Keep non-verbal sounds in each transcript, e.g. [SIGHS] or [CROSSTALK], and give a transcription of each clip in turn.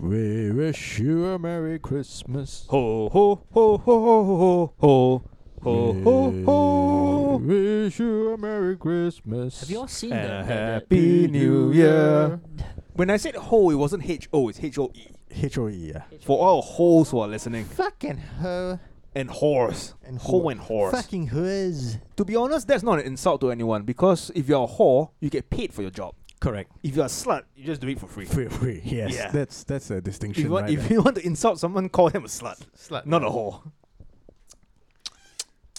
We wish you a Merry Christmas. Ho ho ho ho ho ho ho ho ho. We wish you a Merry Christmas. Have you all seen And that? a that- that- happy new year. When I said ho, it wasn't H O, it's H O E. H-O-E, yeah. For all hoes who are listening. Fucking ho. And whores. And ho whore. and whores. Fucking hoes. To be honest, that's not an insult to anyone because if you're a whore, you get paid for your job. Correct. If you're a slut, you just do it for free. Free, free. Yes, Yeah. that's that's a If distinction. you, want, right if there. you want to insult someone, call him a slut, Slut. not a whore.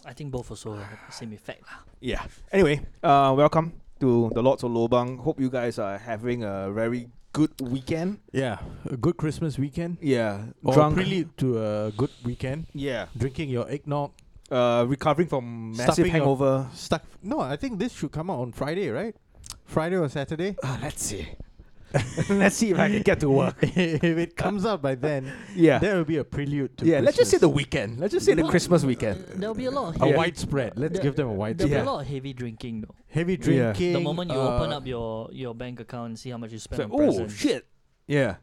I think both also have the same effect. lah. Yeah. Anyway, uh, welcome to the Lords of Lobang. Hope you guys are having a very good weekend. yeah, a good Christmas weekend. Yeah. Or Drunk. prelude to a good weekend. Yeah. Drinking your eggnog. Uh, recovering from massive Stuffing your- hangover. Stuck. No, I think this should come out on Friday, right? Friday or [LAUGHS] Saturday? Uh, let's see. [LAUGHS] let's see if I can get to work. [LAUGHS] if it comes out by then, [LAUGHS] Yeah. there will be a prelude to yeah. Let's just say the Christmas. weekend. Let's just say the Well, Christmas weekend. There'll be a lot of a Yeah. widespread. Let's There- give them a There'll widespread. be Yeah. a lot of heavy drinking though. Heavy Yeah. The drinking. The moment you open uh, up your, your bank account and see how much you It's spend like, on oh presents. shit. Yeah.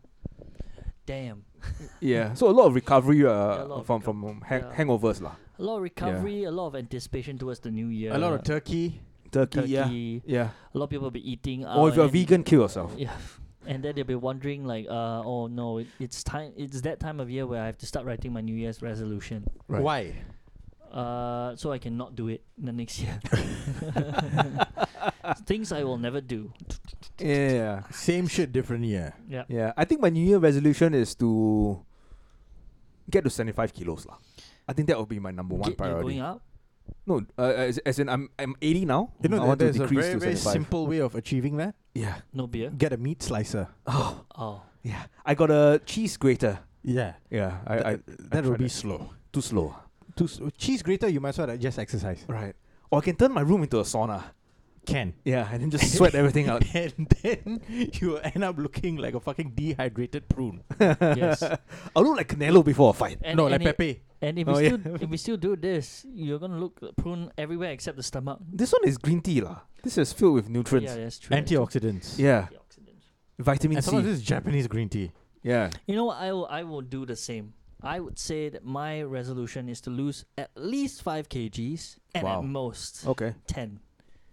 Damn. Yeah. So a lot of recovery uh, a lot of from from hang- yeah. hangovers lah. A lot of recovery, a lot of anticipation towards the new year. a lot of turkey. Turkey. Yeah. turkey. Yeah. Oh, A lot of people will be eating. Out or if you're and then- vegan, kill yourself. Yeah. And then they'll be wondering like, uh, oh no, it, it's time. It's that time of year where I have to start writing my New Year's resolution. Right. Why? Uh, so I cannot do it the next [LAUGHS] year. [LAUGHS] Things I will never do. Yeah. Same shit, different year. Yeah. Yeah, I think my New Year resolution is to get to seventy five kilos lah. I think that would be my number one Kid, you're going priority. up. No, uh, as, as in I'm I'm eighty now. You know, I there- want to there's a decrease very, to very 75. simple way of achieving that. Yeah. No beer. Get a meat slicer. Oh Oh. yeah, I got a cheese grater. Yeah. Yeah, I, Th- I that will tried be it. slow. too slow. Too s- cheese grater, you might as well like, just exercise. Right. Or I can turn my room into a sauna. [LAUGHS] Can. Yeah, and then just sweat everything out. [LAUGHS] and then you will end up looking like a fucking dehydrated prune. [LAUGHS] Yes. I look like Canelo before a fight. And, no, and like it- Pepe. And if we Oh, yeah. still if we still do this, you're gonna look like prune everywhere except the stomach. This one is green tea lah. This is filled with nutrients. Yeah, that's true. that's true. Antioxidants. Yeah, Antioxidants. vitamin And some of C. this is Japanese green tea. Yeah. You know what? I will I will do the same. I would say that my resolution is to lose at least five kgs and Wow. Oh. at most Okay. ten.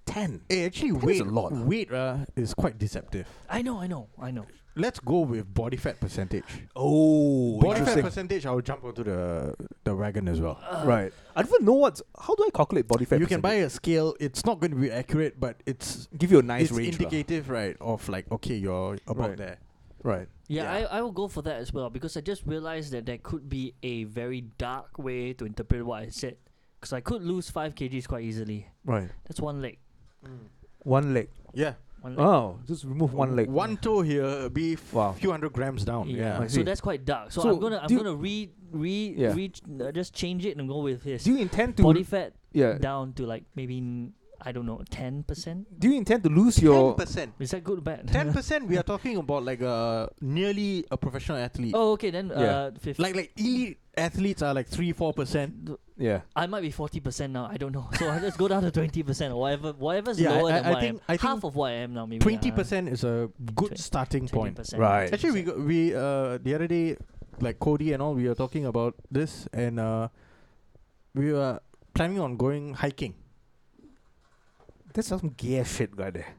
Ten. Eh, actually, That is weight, a lot. weight uh, is quite deceptive. I know, I know, I know. Let's go with body fat percentage. Oh, Body fat interesting. percentage, I'll jump onto the the wagon as well. Right. I don't even know what's. How do I calculate body fat? you can buy percentage? a scale. It's not going to be accurate, but it's Give you a nice it's range. lah. indicative, right? Of like, okay, you're about Right. there, right? Yeah, Yeah. I, I will go for that as well because I just realized that there could be a very dark way to interpret what I said. Because I could lose five kgs quite easily. Right. That's one leg. One leg. Yeah. One leg. Oh, just remove one leg. One toe here, be f- Wow. few hundred grams down. Yeah. I So see. that's quite dark. So, So I'm gonna I'm do you- gonna re re Yeah. re uh, just change it and go with this Do you intend to? body fat yeah. down to like maybe n- I don't know ten percent. Do you intend to lose your? percent. Is that good or bad? Ten percent. We are talking about like a nearly a professional athlete. [LAUGHS] Oh, okay then. Uh, fif- Like like elite athletes are like three four percent. Yeah. I might be forty percent now. I don't know. So I just go down to twenty percent or whatever, whatever's Yeah, I- lower I- than I what I, think- am. I Half think of what I am now, maybe. uh, Twenty percent is a good Twen- starting point. Right. Actually, we got, we uh the other day, like Cody and all, we were talking about this, and uh, we were planning on going [LAUGHS] hiking. That's some gay ass shit right there.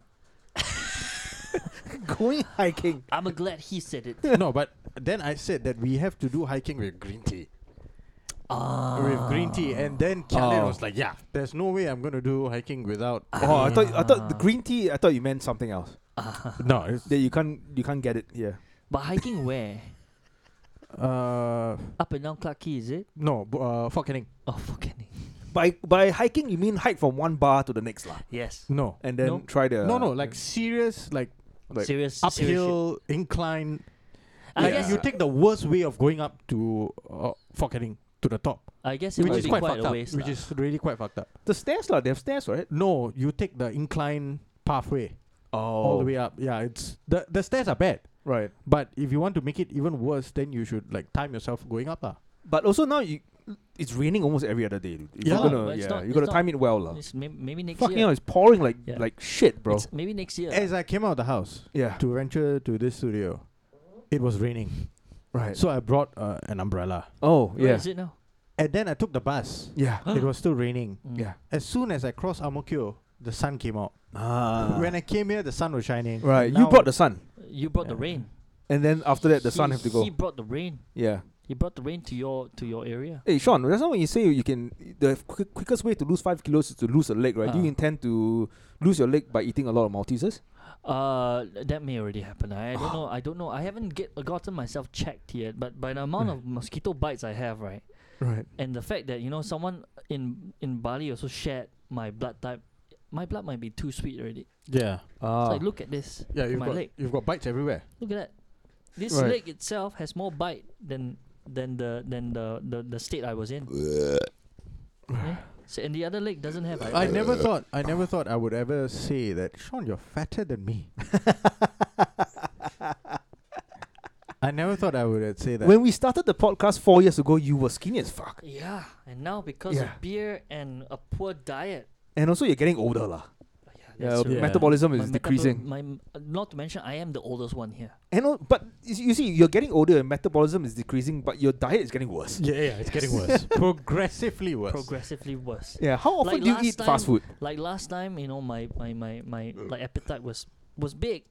[LAUGHS] Going hiking. I'm a glad he said it. no, but then I said that we have to do hiking with green tea. Ah. With green tea, and then Khaled Oh. was like, "Yeah, there's no way I'm gonna do hiking without." Oh, I thought I thought Ah. the green tea. I thought you meant something else. Ah. No, it's, That you can't you can't get it. Yeah. but hiking where? uh, Up and down Clark Key, is it? no, b- uh, Fort Canning. Oh, fucking By by hiking you mean hike from one bar to the next lah, yes. No, and then No. try the no, no, like serious, like Like, serious serious shit. uphill incline. I Like guess you take the worst way of going up to uh, Fort Canning to the top. I guess it which would is be quite, a fucked waste. up. Which lah. is really quite fucked up. the stairs lah. They have stairs, right? No, you take the incline pathway Oh, all the way up. Yeah, it's the the stairs are bad. right. But if you want to make it even worse, then you should like time yourself going up. lah. But also now you, it's raining almost every other day. dude. If Yeah. you're gonna, But it's yeah, not- you it's gotta not- time it well lah. It's may- maybe next Fucking year. hell, it's pouring like Yeah. like shit, bro. It's maybe next year. As I came out of the house yeah. to venture to this studio, it was raining. Right. So I brought uh, an umbrella. oh Where yeah. is it now? And then I took the bus. Yeah. it was still raining. Mm. Yeah. As soon as I crossed Amokyo, the sun came out. Ah. When I came here, the sun was shining. right. And You now- brought the sun, You brought the Yeah. rain. and then after that the sun He- have to go. He brought the rain. yeah. He brought the rain to your to your area. Hey Sean, that's not when you say you can. The quick, quickest way to lose five kilos is to lose a leg, right? Do you Ah. intend to lose your leg by eating a lot of Maltesers? Uh, that may already happen. I don't know. I don't know. I haven't get gotten myself checked yet. But by the amount Mm. of mosquito bites I have, right, Right. and the fact that you know someone in in Bali also shared my blood type, my blood might be too sweet already. Yeah. Ah. So like, look at this. Yeah, you've my got, leg. you've got bites everywhere. Look at that. This Right. leg itself has more bite than than the than the the, the state I was in. Eh? So, and the other leg doesn't have. [LAUGHS] I never thought I never thought I would ever say that Sean, you're fatter than me. I never thought I would uh, say that. when we started the podcast four years ago, you were skinny as fuck, Yeah, and now because Yeah. of beer and a poor diet. and also you're getting older, lah. Yeah, that's Your true. Yeah. metabolism My is metabol- decreasing. my m- uh, not to mention, I am the oldest one here. And al- but you see- you see, you're getting older, and metabolism is decreasing, but your diet is getting worse. yeah, yeah, it's getting worse. Progressively worse. Progressively worse. Yeah. How often Like do you last eat fast time- food? Like last time, you know, my my my my like appetite was was big,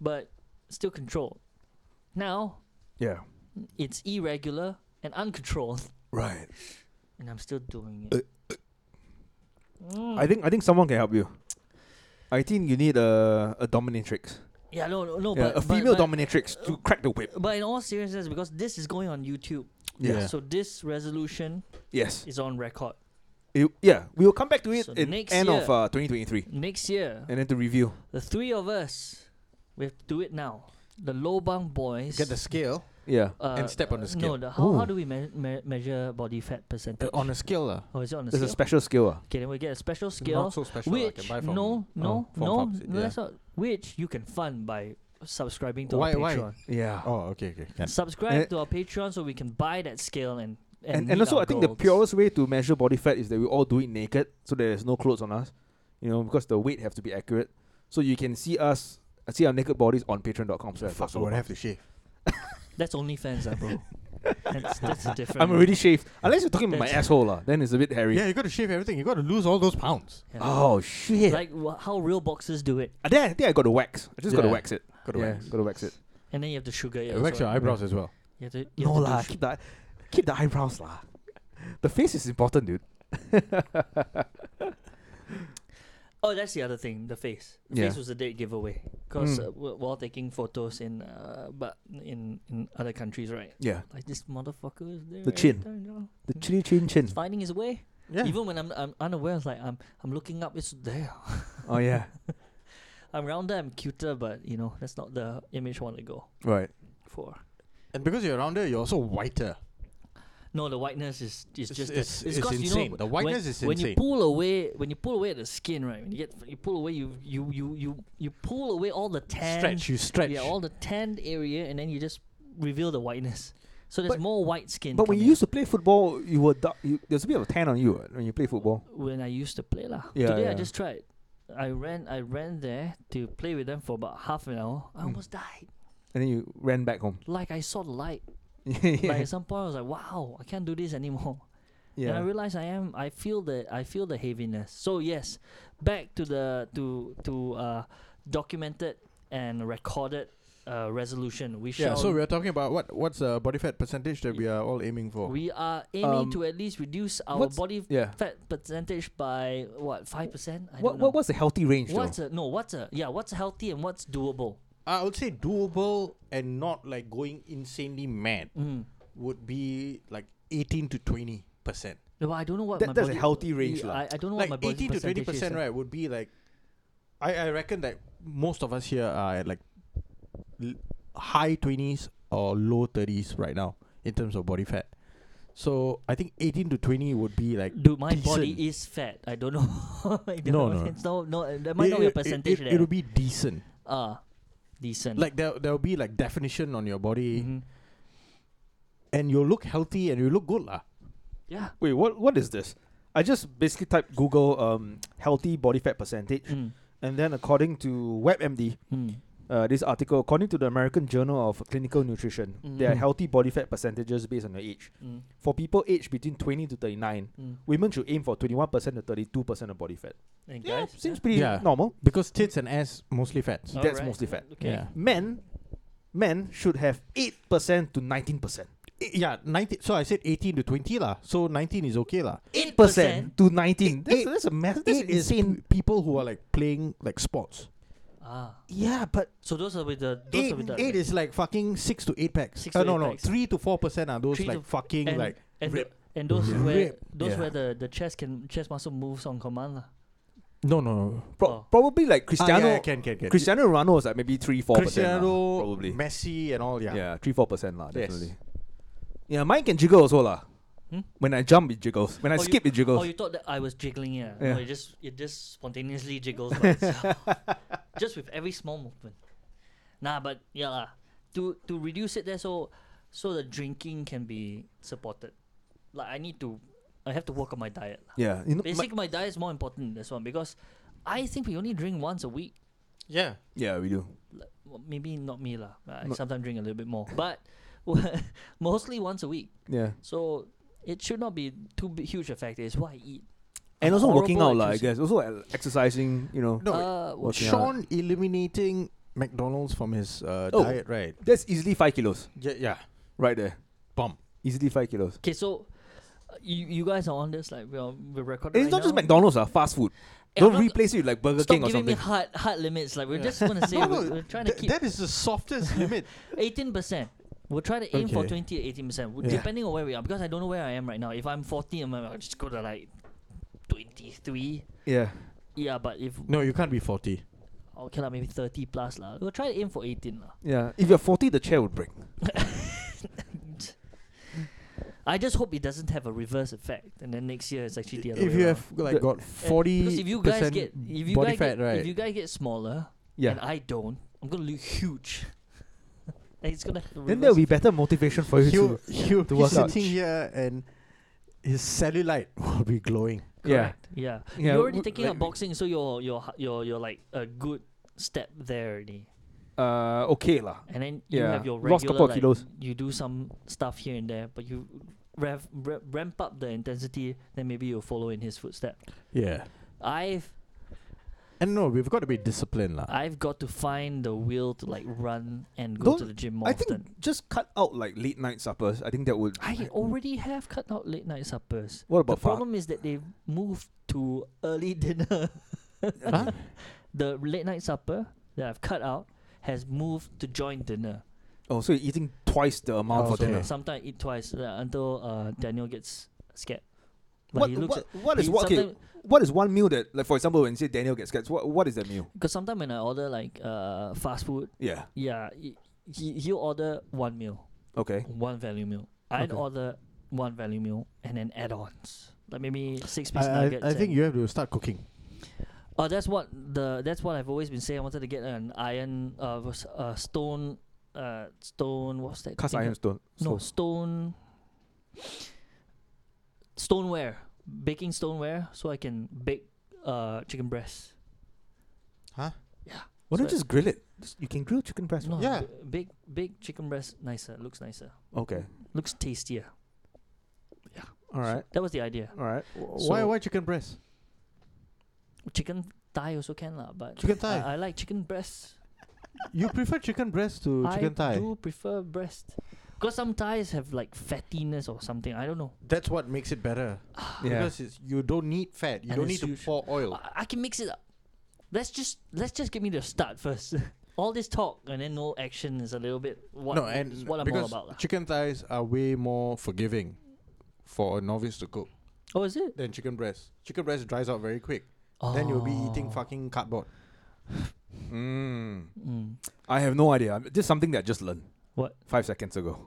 but still controlled. Now Yeah. it's irregular and uncontrolled, Right. and I'm still doing it. Uh, Mm. I think I think someone can help you. I think you need a a dominatrix. yeah, no, no, no yeah, Oh, but a but- female but, dominatrix to crack the whip. But in all seriousness, because this is going on YouTube, Yeah. so this resolution Yes. is on record. It- yeah. We will come back to it So in next end year- of uh, 2023, Next year, and then to review. the three of us, we have to do it now. The Lobang boys. Get the scale Yeah. uh, and step on the uh, scale. No, the, how, how Ooh. do we me- me- measure body fat percentage? uh, on a scale. Uh, oh, is it on the It's scale? a special skill. ah. okay, then we get a special scale. Not so special. I Which can buy from Oh, no no from no, Forbes, no yeah. that's not, which you can fund by subscribing to Why- our why? Patreon. Yeah. Oh, okay, okay. Can. Subscribe Eh. to our Patreon so we can buy that scale and and, and, meet and also our I think the goals. purest way to measure body fat is that we all do it naked, so there's no clothes on us, you know, because the weight have to be accurate. So you can see us, uh, see our naked bodies on Patreon.com. So Fuck, I would have to shave. that's OnlyFans, uh, [LAUGHS] bro. that's, that's a different. I'm already shaved. Unless you're talking about my That's- asshole, lah. Then it's a bit hairy. Yeah, you got to shave everything. You got to lose all those pounds. yeah. Oh shit! like wha how real boxers do it, Uh, then I think I got to wax. I just got to Yeah. wax it. Got to yeah, wax. got to wax it. and then you have to sugar it. Yeah, as wax your well. eyebrows as well. You have to, you no have to do lah, sugar. keep the keep the eyebrows lah. The face is important, dude. Oh, that's the other thing. The face. The Yeah. Face was a date giveaway because Mm. uh, w- while taking photos in uh, but in in other countries, right? Yeah, Like this motherfucker is there. The every chin. time, you know? the chin chin chin. He's finding his way. Yeah. Even when I'm I'm unaware, it's like I'm I'm looking up. It's there. Oh yeah, I'm rounder. I'm cuter, but you know that's not the image I want to go right. for. and because you're rounder, you're also whiter. No, the whiteness is is It's- just the- it's- it's 'cause, insane. You know, The when- whiteness is when insane. you pull away when you pull away the skin, right? When you get you pull away, you you you you, you pull away all the tan. Stretch, you stretch. Yeah, all the tanned area, and then you just reveal the whiteness. So there's But- more white skin. But when you coming used to play football, you were dark. You, there's a bit of a tan on you uh, when you play football. out. when I used to play lah. Yeah, Today yeah. I just tried. I ran, I ran there to play with them for about half an hour. I Mm. almost died. and then you ran back home. [LAUGHS] Like I saw the light. Like yeah, at some point I was like, wow, I can't do this anymore. And I realized I am. I feel the. I feel the heaviness. So yes, back to the to to uh, documented and recorded uh, resolution. We Yeah, so shall we're talking about what what's the body fat percentage that we are all aiming for? We are aiming Um, to at least reduce our what's- body yeah. fat percentage by what five percent? What, I don't know. what what's the healthy range though? what's a, no? What's a yeah? What's healthy and what's doable? I would say doable and not like going insanely mad Mm. would be like 18 to 20 percent. No, but I don't know what That- my that's a body- healthy range Yeah, lah. I, I don't know Like what my body 18 to 20 percentage is, percent, uh. right? Would be like, I, I reckon that most of us here are at like l- high 20s or low 30s right now in terms of body fat. So I think 18 to 20 would be like. uh, Dude, my decent. body is fat. I don't know. [LAUGHS] I don't [LAUGHS] No, know. no. It's no, no. uh, There might not be a percentage it, eh? there. It'll be decent. uh, decent. Like there, there'll be like definition on your body, Mhm. and you'll look healthy and you look good lah. yeah. Wait, what what is this? I just basically typed Google um healthy body fat percentage, Mm. and then according to WebMD, Mm. uh, this article, according to the American Journal of Clinical Nutrition, there are Mhm. healthy body fat percentages based on your age. Mm, For people aged between 20 to 39, mm. women should aim for 21% to 32% of body fat. And Yeah, guys, seems pretty Yeah. normal. because tits and ass mostly fats. yeah? that's Alright, mostly fat. Okay. Yeah. Men, men should have 8% to 19%. I- Eh, yeah, 19. So I said 18 to 20 lah. So 19 is okay lah. 8% to 19. that's, eight- that's a massive, that's It is insane. p- people who are like playing like sports. Ah. yeah, but So those are with the those Eight, are with the eight is like fucking six to eight packs. Six Uh, to no, eight no, packs. three to four percent are those Three like to- fucking and- like and rip. the- and those where Rip. those Yeah. where the the chest can chest muscle moves on command lah. no, no, no. pro- Oh. probably like Ah, Cristiano. yeah, yeah, can, can, can. Cristiano Ronaldo was like maybe 3 4%. Cristiano, probably. Messi, and all. Yeah, yeah. 3 4% lah, Yes. definitely. Yeah, mine can jiggle also lah. Hmm? When I jump, it jiggles. When I Oh, you- skip, it jiggles. Oh, you thought that I was jiggling it? Yeah. Yeah. No, it just it just spontaneously jiggles by [LAUGHS] itself. just with every small movement. Nah, but yeah lah. To to reduce it there, so so the drinking can be supported. Like I need to, I have to work on my diet. lah. yeah. You know, my- Basically, my diet is more important than this one because I think we only drink once a week. yeah. yeah, we do. Like, well, maybe not me lah. I No. sometimes drink a little bit more, but [LAUGHS] mostly once a week. Yeah. So it should not be too big, huge a factor. It's what I eat. And also working out, horrible lah. at I choosing- guess. Also uh, exercising, you know. No, uh, wait, working out. Sean eliminating McDonald's from his uh, Oh. diet, right? That's easily 5 kilos Yeah, yeah. right there. Bomb. Easily 5 kilos. Okay, so uh, you you guys are on this like we're we're recording. And right it's not just now. McDonald's, uh, fast food. Eh, Don't I'm not- replace it with like Burger Stop King or giving me something. hard hard limits. Like we're Yeah. just [LAUGHS] gonna say No, we're, no, we're trying Th- to keep that is the softest [LAUGHS] limit. eighteen percent. We'll try to aim for Okay. twenty to eighteen percent, Yeah. depending on where we are. Because I don't know where I am right now. If I'm forty, I'm I'll just go to like twenty three. Yeah. Yeah, but if oh, No, you can't be 40. okay lah, maybe thirty plus lah. We'll try to aim for eighteen lah. Yeah. If you're 40, the chair would break. I just hope it doesn't have a reverse effect, and then next year it's actually the other If way you around. have like The- got And- 40 because if you guys get if you body guys fat, get, right? if you guys get smaller, and Yeah. I don't, I'm gonna look huge. [LAUGHS] and it's gonna have a Then there'll be reverse better motivation for you he'll, to. he'll to be work out. sitting here and his cellulite [LAUGHS] will be glowing. Yeah. effect. yeah. Yeah, You're already w- taking like- up boxing, so you're you're h- you're you're like a good step there already. Uh, okay lah. And then you Yeah. have your regular Lost couple of like, kilos. you do some stuff here and there, but you rev, re- ramp up the intensity, then maybe you'll follow in his footstep. Yeah. I've And no, we've got to be disciplined. lah. I've got to find the will to like run and go to Don't- the gym more I often. think just cut out like late night suppers. I think that would. I already have cut out late night suppers. What The about fa- problem is that they've moved to early [LAUGHS] dinner. Huh? the late night supper that I've cut out has moved to joint dinner. Oh, so you're eating twice the amount Oh, for okay. dinner. Sometimes eat twice uh, until uh, Daniel gets scared. But What, he looks what, what is he what? Okay, sometime- what is one meal that like for example when you say Daniel gets gets what what is that meal? Because sometimes when I order like uh, fast food, Yeah. yeah, he, he, he'll order one meal, Okay. one value meal. I'd Okay. order one value meal and then add ons. Like maybe six I, piece I- nuggets. I think and- you have to start cooking. Oh, that's what the that's what I've always been saying. I wanted to get an iron, uh, was- uh stone, uh, stone. What's that? Cast thing iron called? stone. No, So- stone. Stoneware, baking stoneware, so I can bake uh chicken breast. Huh? Yeah. Why so don't you just grill it? Just- you can grill chicken breast. no, right? Yeah. b- big big chicken breast nicer looks nicer Okay. looks tastier. All right. That was the idea. All right. why So- why chicken breast? Chicken thigh also can lah, but Chicken I- thigh. I, like chicken breast. You prefer chicken breast to chicken I thigh? do prefer breast. Because some thighs have like fattiness or something. I don't know. That's what makes it [SIGHS] better. Yeah. Because it's, you don't need fat. You And don't it's need to huge. pour oil. I, I can mix it up. Let's just let's just give me the start first. [LAUGHS] all this talk and then no action is a little bit what no, is and what I'm all because about. lah. chicken thighs are way more forgiving for a novice to cook oh, is it? than chicken breast. Chicken breast dries out very quick. Then you'll be eating Oh. fucking cardboard. Mm. Mm. I have no idea. I'm- Just something that I just learned. What? Five seconds ago.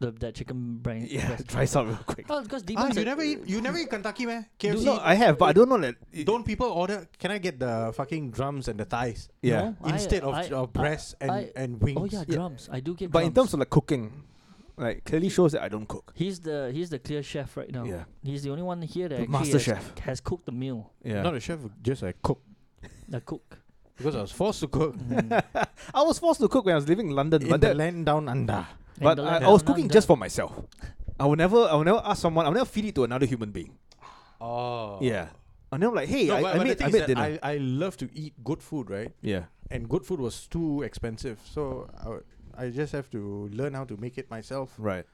The, that chicken brain. [LAUGHS] Yeah. [LAUGHS] breast. It dries out real quick. Oh, because Ah, Deepak you said- never eat you never eat Kentucky man? Do- KFC. No, I have, but I don't know that. it- don't people order? Can I get the fucking drums and the thighs Yeah. No, I- instead of I- uh, I- breasts and I- and wings? Oh yeah, Yeah. drums. I do get. But in drums. terms of like cooking, like clearly shows that I don't cook. he's the he's the clear chef right now. Yeah. He's the only one here that The actually master has, chef. has cooked the meal. Yeah. Not a chef, just a cook. [LAUGHS] The cook. because I was forced to [LAUGHS] cook Mm. I was forced to cook when I was living in London, in but, the that- land down under. but And the I, land I was down cooking under. just for myself. I would never, I would never ask someone. I would never feed it to another human being. Oh. Yeah, and then I'm like, hey, No, I, but, but I the made, thing I is made that dinner. I, I love to eat good food, right? yeah, And good food was too expensive, so I, would- I just have to learn how to make it myself. right. Mm.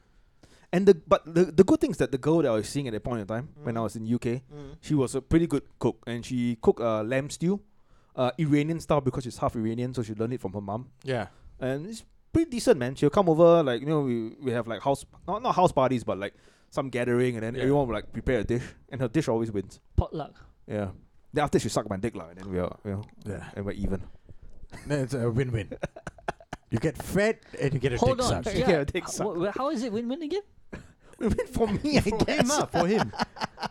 And the but the, the good thing is that the girl that I was seeing at that point in time when Mm. I was in UK, she was a pretty good cook, and she cooked uh, lamb stew, uh, Iranian style because she's half Iranian, so she learned it from her mom. Yeah. and it's pretty decent, man. She'll come over, like you know, we we have like house not not house parties, but like some gathering, and then Yeah. everyone will like prepare a dish, and her dish always wins. potluck. Yeah. Then after she sucked my dick, like, and then we are, you know, Yeah. and we're even. [LAUGHS] That's a win-win. you get fed and you get a Hold dick on. sucked. You Yeah. get a dick H- suck. Uh, wh- wh- how is it win-win again? Win for [LAUGHS] me, I for him, guess. lah, for him.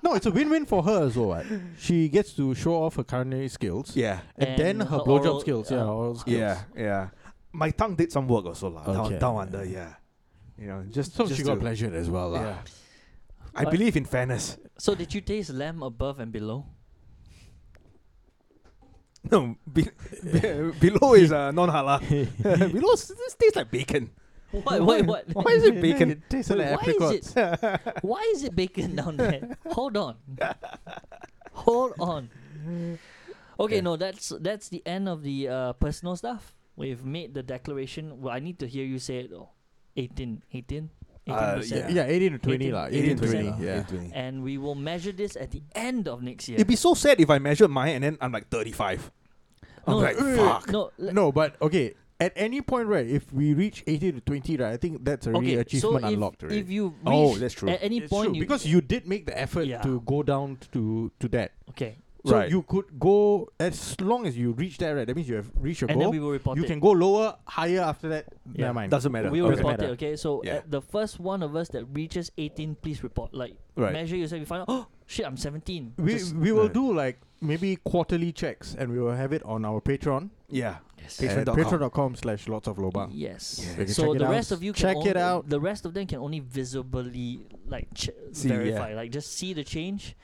No, it's a win-win for her as well. Right? She gets to show off her culinary skills, Yeah, and, then her, blowjob oral, skills. yeah, uh, oral skills. yeah, yeah. My tongue did some work also, lah. Okay. Down, down under, yeah. You know, just So just she got to- pleasure as well, lah. Yeah. I But- believe in fairness. [LAUGHS] So did you taste lamb above and below? [LAUGHS] No, be, [LAUGHS] be- below is uh, non halal. [LAUGHS] below s- this tastes like [LAUGHS] bacon. What? What? What? Why is it bacon? It tastes Wait, like [LAUGHS] why is apricots. it? [LAUGHS] Why is it bacon [LAUGHS] down there? Hold on. Hold on. Okay, Yeah. no, that's that's the end of the uh, personal stuff. We've made the declaration. Well, I need to hear you say it though. 18, 18, 18 Uh, Yeah, percent. yeah, 18 to 20, 18, lah. 18 18 to 20, 20, yeah. And we will measure this at the end of next year. It'd be so sad if I measured mine and then I'm like 35. I'm no, like, uh, fuck. No, le- No, but okay. At any point, right, if we reach 18 to 20, right, I think that's already okay, so achievement if, unlocked, right? if you reach Oh, that's true. at any It's point, true, you, because you did make the effort Yeah. to go down to to that. okay, So Right. you could go as long as you reach that, right? That means you have reached your and then goal. we will report You it. can go lower, higher after that. Yeah. Never mind. Doesn't matter. We will Okay. report Matter. it, okay? So Yeah. uh, the first one of us that reaches 18, please report. Like, Right. measure yourself. You find out, oh, shit, I'm 17. we Just- we will Right. do like maybe quarterly checks, and we will have it on our Patreon. Yeah. yes. Patreon at dot com. Patreon.com slash lots of lobang. Yes. Yeah. You can So check it the out. rest of you can Check it only- out. The rest of them can only visibly like ch- See, yeah. verify, like just see the change.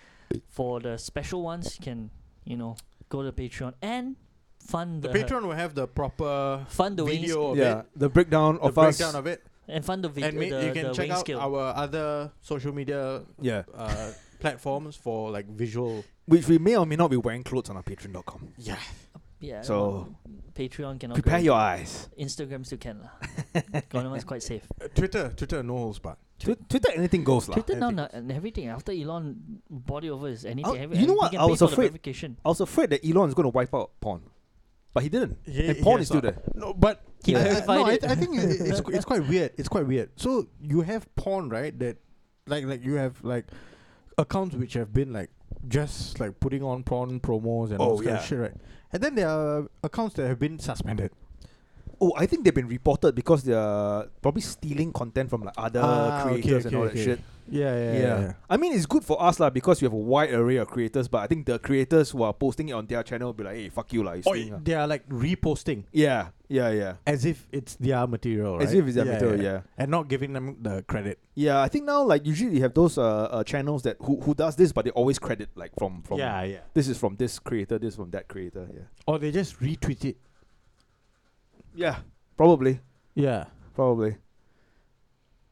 For the special ones, can you know go to Patreon and fund The the, Patreon will have the proper fund the wings video of Yeah. it, The breakdown the of us. breakdown of it, and fund the video. and ma- the, you the can check wing out scale. our other social media yeah. uh, [LAUGHS] platforms for like visual. Which we may or may not be wearing clothes on our patreon.com. Yeah, yeah. So- Patreon cannot Prepare go. your eyes. Instagram still can lah. [LAUGHS] Gonamas quite safe. Twitter, Twitter, no holds barred. Tw- Twitter, anything goes. lah. Twitter now everything. na- and everything after Elon body over is anything. Oh, every- you know and he what? I can pay was for the afraid. verification. I was afraid that Elon is going to wipe out porn. But he didn't. Yeah, and porn yeah, is still so- there. No, but He I- I- verified no, I, it. I think it- it's it's quite weird. It's quite weird. So you have porn, right? That like like you have like accounts which have been like just like putting on porn promos and all Oh, this kind of yeah. shit, right? And then there are accounts that have been suspended. Oh, I think they've been reported because they're probably stealing content from like other Ah, okay, creators and okay, all that okay. shit. Yeah, Yeah. I mean, it's good for us lah because we have a wide array of creators. But I think the creators who are posting it on their channel will be like, "Hey, fuck you lah." you stealing Or ah." uh, they are like reposting Yeah, yeah, yeah. as if it's their material, right? As if it's their material, yeah. And not giving them the credit. Yeah, I think now like usually you have those uh, uh channels that who who does this, but they always credit like from from yeah. This is from this creator, this from that creator. Yeah, Or they just retweet it. yeah, probably, Yeah. probably.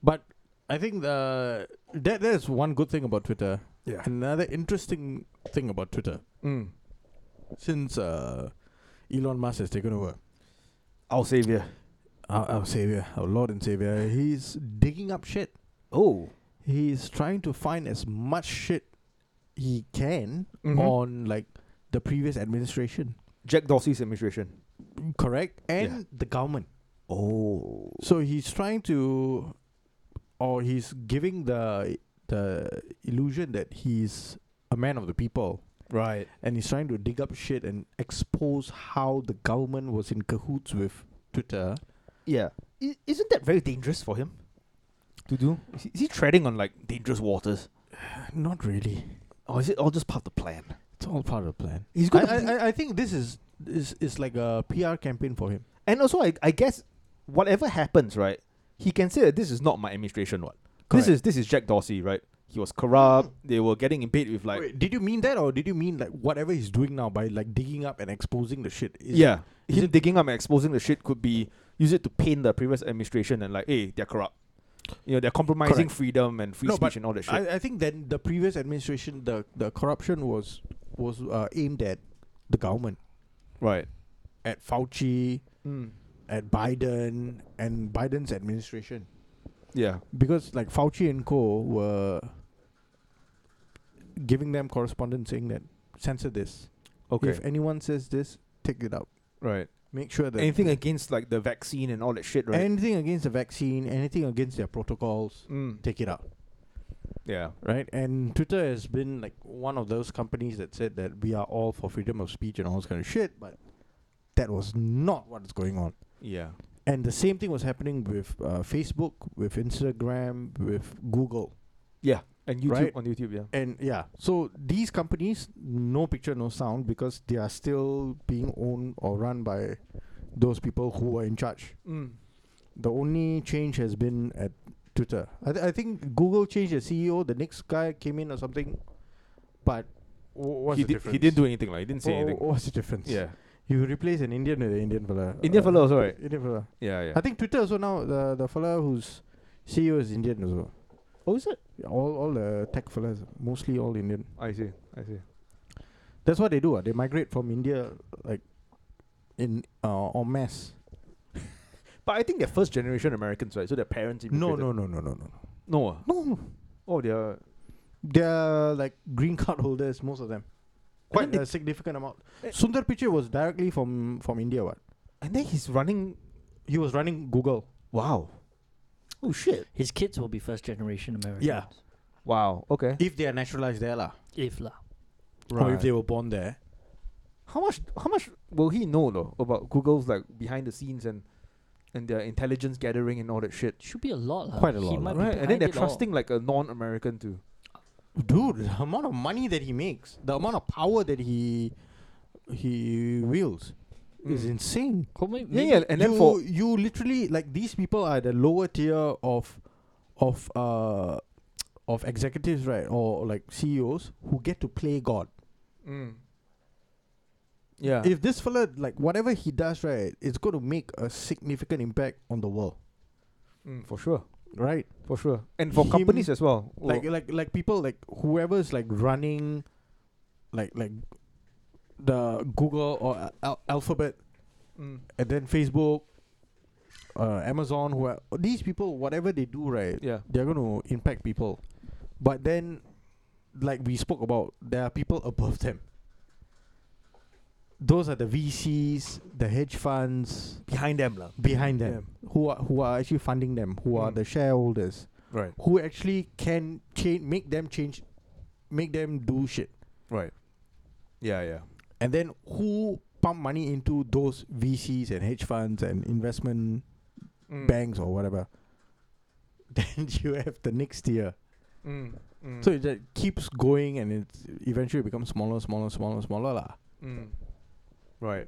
But I think the that that is one good thing about Twitter. Yeah. Another interesting thing about Twitter Mm. since uh, Elon Musk has taken over, Our savior. our, Mm. our savior, our Lord and Savior, he's digging up shit. Oh, He's trying to find as much shit he can Mhm. on like the previous administration, Jack Dorsey's administration. correct, and the government. Oh, So he's trying to, or he's giving the the illusion that he's a man of the people. right. and he's trying to dig up shit and expose how the government was in cahoots with Twitter. Yeah, I- isn't that very dangerous for him to do? Is he, is he treading on like dangerous waters, Not really. or Oh, is it all just part of the plan? It's all part of the plan. He's I, gonna be- I, I, I think this is is is like a PR campaign for him. And also, I, I guess whatever happens, right? He can say that this is not my administration. What this Correct. is this is Jack Dorsey, right? He was corrupt. They were getting in bed with like Wait, did you mean that, or did you mean like whatever he's doing now by like digging up and exposing the shit? Is yeah. is Him it- digging up and exposing the shit could be use it to pain the previous administration and like, hey, they're corrupt. You know, they're compromising Correct. freedom and free No, but speech and all that shit. I, I think then the previous administration, the the corruption was was uh, aimed at the government, right. at Fauci, Mm. at Biden, and Biden's administration. Yeah. because like Fauci and Co were giving them correspondence saying that censor this. Okay. If anyone says this, take it out. right. Make sure that Anything against like the vaccine and all that shit, right? anything against the vaccine, anything against their protocols, Mm. take it out. Yeah. Right? And Twitter has been like one of those companies that said that we are all for freedom of speech and all this kind of shit, but that was not what is going on. Yeah. And the same thing was happening with uh, Facebook, with Instagram, with Google. Yeah. And YouTube Right? on YouTube, yeah. and yeah so these companies no picture no sound because they are still being owned or run by those people who are in charge Mm. the only change has been at twitter i, th- I think google changed the ceo the next guy came in or something but wh- what's He, the did, difference he didn't do anything, like he didn't say Wha- anything. wha- what's the difference Yeah. you replace an indian with an indian fella Indian fella also, right? indian fella Yeah, yeah. i think twitter also now the the fella who's ceo is indian also oh, is it? all all the tech fellas mostly all indian I see. I see. That's what they do. ah. They migrate from India, like in uh, en masse. But I think they're first generation Americans, right? So their parents No, immigrated. no, no, no, no, no. No. ah? No, Oh, they're they're like green [LAUGHS] card holders, most of them. Quite Quite a significant amount. Eh. Sundar Pichai was directly from from India. What? and then he's running He was running Google. Wow. Oh shit. [LAUGHS] His kids will be first generation Americans. Wow. Okay. If they are naturalized there, lah, If lah. or if they were born there. how much how much will he know though about Google's like behind the scenes and and their intelligence gathering and all that shit? Should be a lot. lah. Quite a He lot lah. might be Right. And then behind they're it all. trusting like a non American to Dude, the amount of money that he makes, the amount of power that he he wields, is Mm. insane. Or may- Yeah, maybe- yeah, and then you, for you literally like these people are the lower tier of of uh of executives right or like CEOs who get to play God. mm. Yeah. If this fella like whatever he does right, it's going to make a significant impact on the world, Mm, for sure. right? For sure. And for companies Him, as well. Oh, Like like like people like whoever's like running, like like the Google or Al- Al- Alphabet mm. and then Facebook, uh, Amazon, who these people whatever they do right, yeah. they're going to impact people. But then, like we spoke about, there are people above them. Those are the VCs, the hedge funds Behind them lah. behind them who are who are actually funding them, who are Mm. the shareholders, Right. who actually can change, make them change, make them do shit, Right. Yeah, yeah. and then who pump money into those VCs and hedge funds and investment Mm. banks or whatever. [LAUGHS] Then you have the next tier. Mm. Mm. So it just keeps going and it eventually becomes smaller, smaller, smaller, smaller. lah. mm. Right.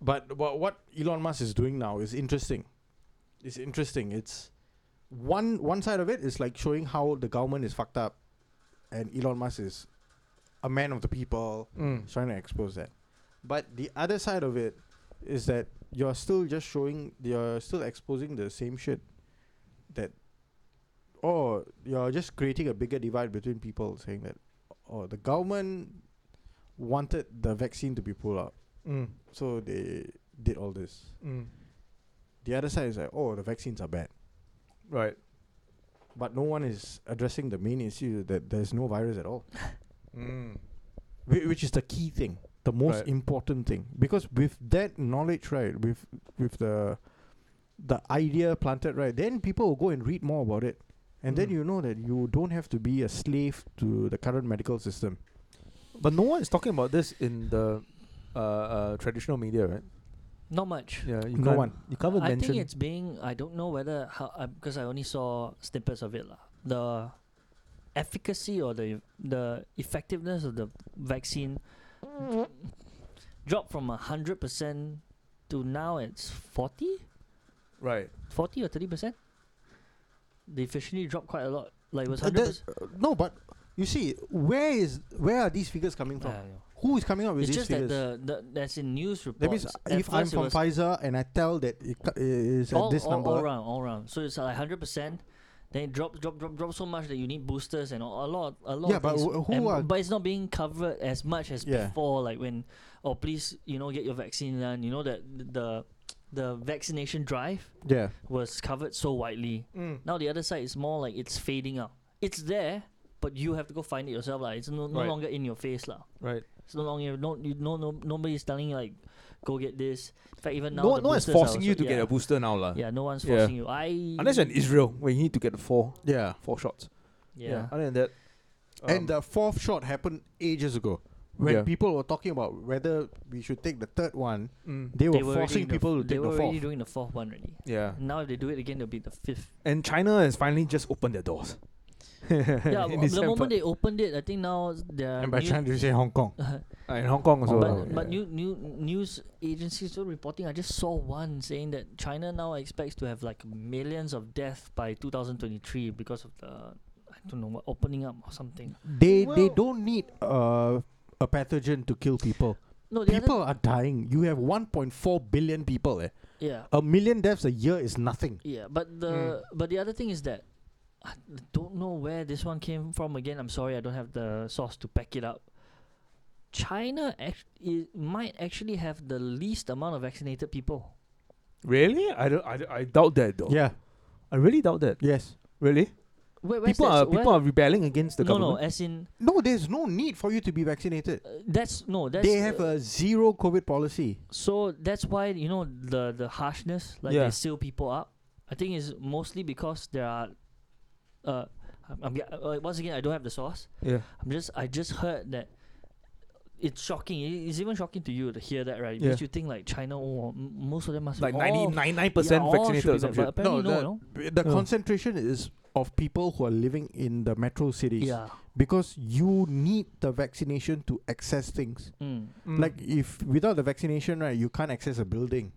But what, what Elon Musk is doing now is interesting. It's interesting. It's one one side of it is like showing how the government is fucked up and Elon Musk is a man of the people. Mm. He's trying to expose that. But the other side of it is that you're still just showing you're still exposing the same shit that or you're just creating a bigger divide between people saying that oh the government wanted the vaccine to be pulled out. Mm. So they did all this. Mm. The other side is like, oh the vaccines are bad. Right. But no one is addressing the main issue that there's no virus at all. Mm. Whi- which is the key thing the most Right. important thing because with that knowledge right with with the the idea planted right then people will go and read more about it and then Mm. you know that you don't have to be a slave to the current medical system But no one is talking about this in the uh, uh, traditional media, right? Not much. Yeah, you No can't- one. You can't even I mention. think it's being. I don't know whether how uh, because I only saw snippets of it lah. The efficacy or the the effectiveness of the vaccine dropped from hundred percent to now it's 40, right. 40 or thirty percent. They officially dropped quite a lot. Like it was Uh, hundred that- uh, no, but you see, where is where are these figures coming from? percent. Who is coming up Oh. with It's these just that figures? the, the that's in news reports. that means At if I'm first it from was Pfizer and I tell that it co- is all, at this all, number, all round, all round. So it's like hundred percent. Then it drop, drop, drop, drop so much that you need boosters and all, a lot, a lot. Yeah, of but things. wh- who And- are- But it's not being covered as much as Yeah. before. Like when, oh please, you know, get your vaccine done. You know that the the vaccination drive yeah, was covered so widely. Mm. Now the other side is more like it's fading out. It's there, but you have to go find it yourself. Like it's no, no Right. longer in your face, lah. Right. It's no longer no you no no nobody's telling you like go get this. In fact, even now No, the no one's boosters are forcing you also- to get yeah. a booster now, lah. Yeah, no one's Uh, Yeah. forcing you. I Unless you're in Israel, where you need to get the four yeah. four shots. yeah. Other than that, um, and the fourth shot happened ages ago. When Yeah. people were talking about whether we should take the third one, mm, they were, already forcing doing the people to f- they take were the already fourth. doing the fourth one already. yeah. Now if they do it again, it'll be the [LAUGHS] fifth. And China has finally just opened their doors. [LAUGHS] Yeah, In the moment December. they opened it, I think now the And by new- trying to say Hong Kong. Uh, in Hong Kong also. but Oh, but yeah. new, new news agencies were reporting. I just saw one saying that China now expects to have like millions of deaths by 2023 because of the I don't know what opening up or something. They they Well- don't need uh, a pathogen to kill people. No, the People other, are dying. You have 1.4 billion people. Eh. yeah, A million deaths a year is nothing. yeah. But the Hmm. but the other thing is that I don't know where this one came from again. I'm sorry, I don't have the source to back it up. China act- i might actually have the least amount of vaccinated people. really? I don't. I, don't- I doubt that though. Yeah. I really doubt that. Yes. Really? Where, where's People that? are So people where- are rebelling against the no, no. government. As in, No, there's no need for you to be vaccinated. uh, that's no. That's they have a zero COVID policy. So that's why you know the the harshness, like Yeah. they seal people up. I think is mostly because there are, uh, I'm, I'm ge- uh, once again I don't have the source. Yeah. I'm just I just heard that it's shocking. It- It's even shocking to you to hear that, right? Yeah. Because you think like China, oh, m- most of them must be Like all- 99 yeah, percent all vaccinated should or be some vac- shit. but Apparently, no, the, no. the Yeah. concentration is of people who are living in the metro cities. Yeah. because you need the vaccination to access things. Mm. Mm. Like if without the vaccination, right, you can't access a building.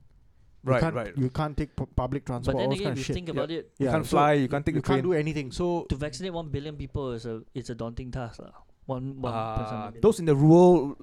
You right, can't, right. You can't take pu- public But transport. then all again, kind if of you shit. think Yeah. about it, You can't fly. You can't take You the train. can't do anything. So to vaccinate one billion people is a it's a daunting task, lah. One one person. Ah, per billion. those in the rural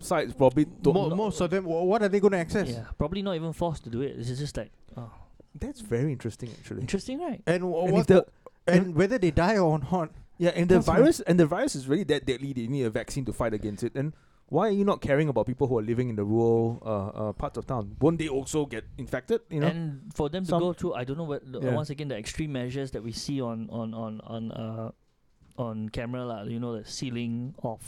sides probably don't. mo- know- most of them, wha- what are they going to access? Yeah, probably not even forced to do it. It's just like oh, That's very interesting, actually. interesting, right? And, wha- And if what, the and whether they die or not, yeah, and the That's fine. virus and the virus is really that deadly. They need a vaccine to fight against it. And why are you not caring about people who are living in the rural uh, uh, parts of town? Won't they also get infected? You know. and for them to some- go through, I don't know what. the- Yeah. uh, Once again, the extreme measures that we see on on on on uh, on camera, lah. You know, the sealing of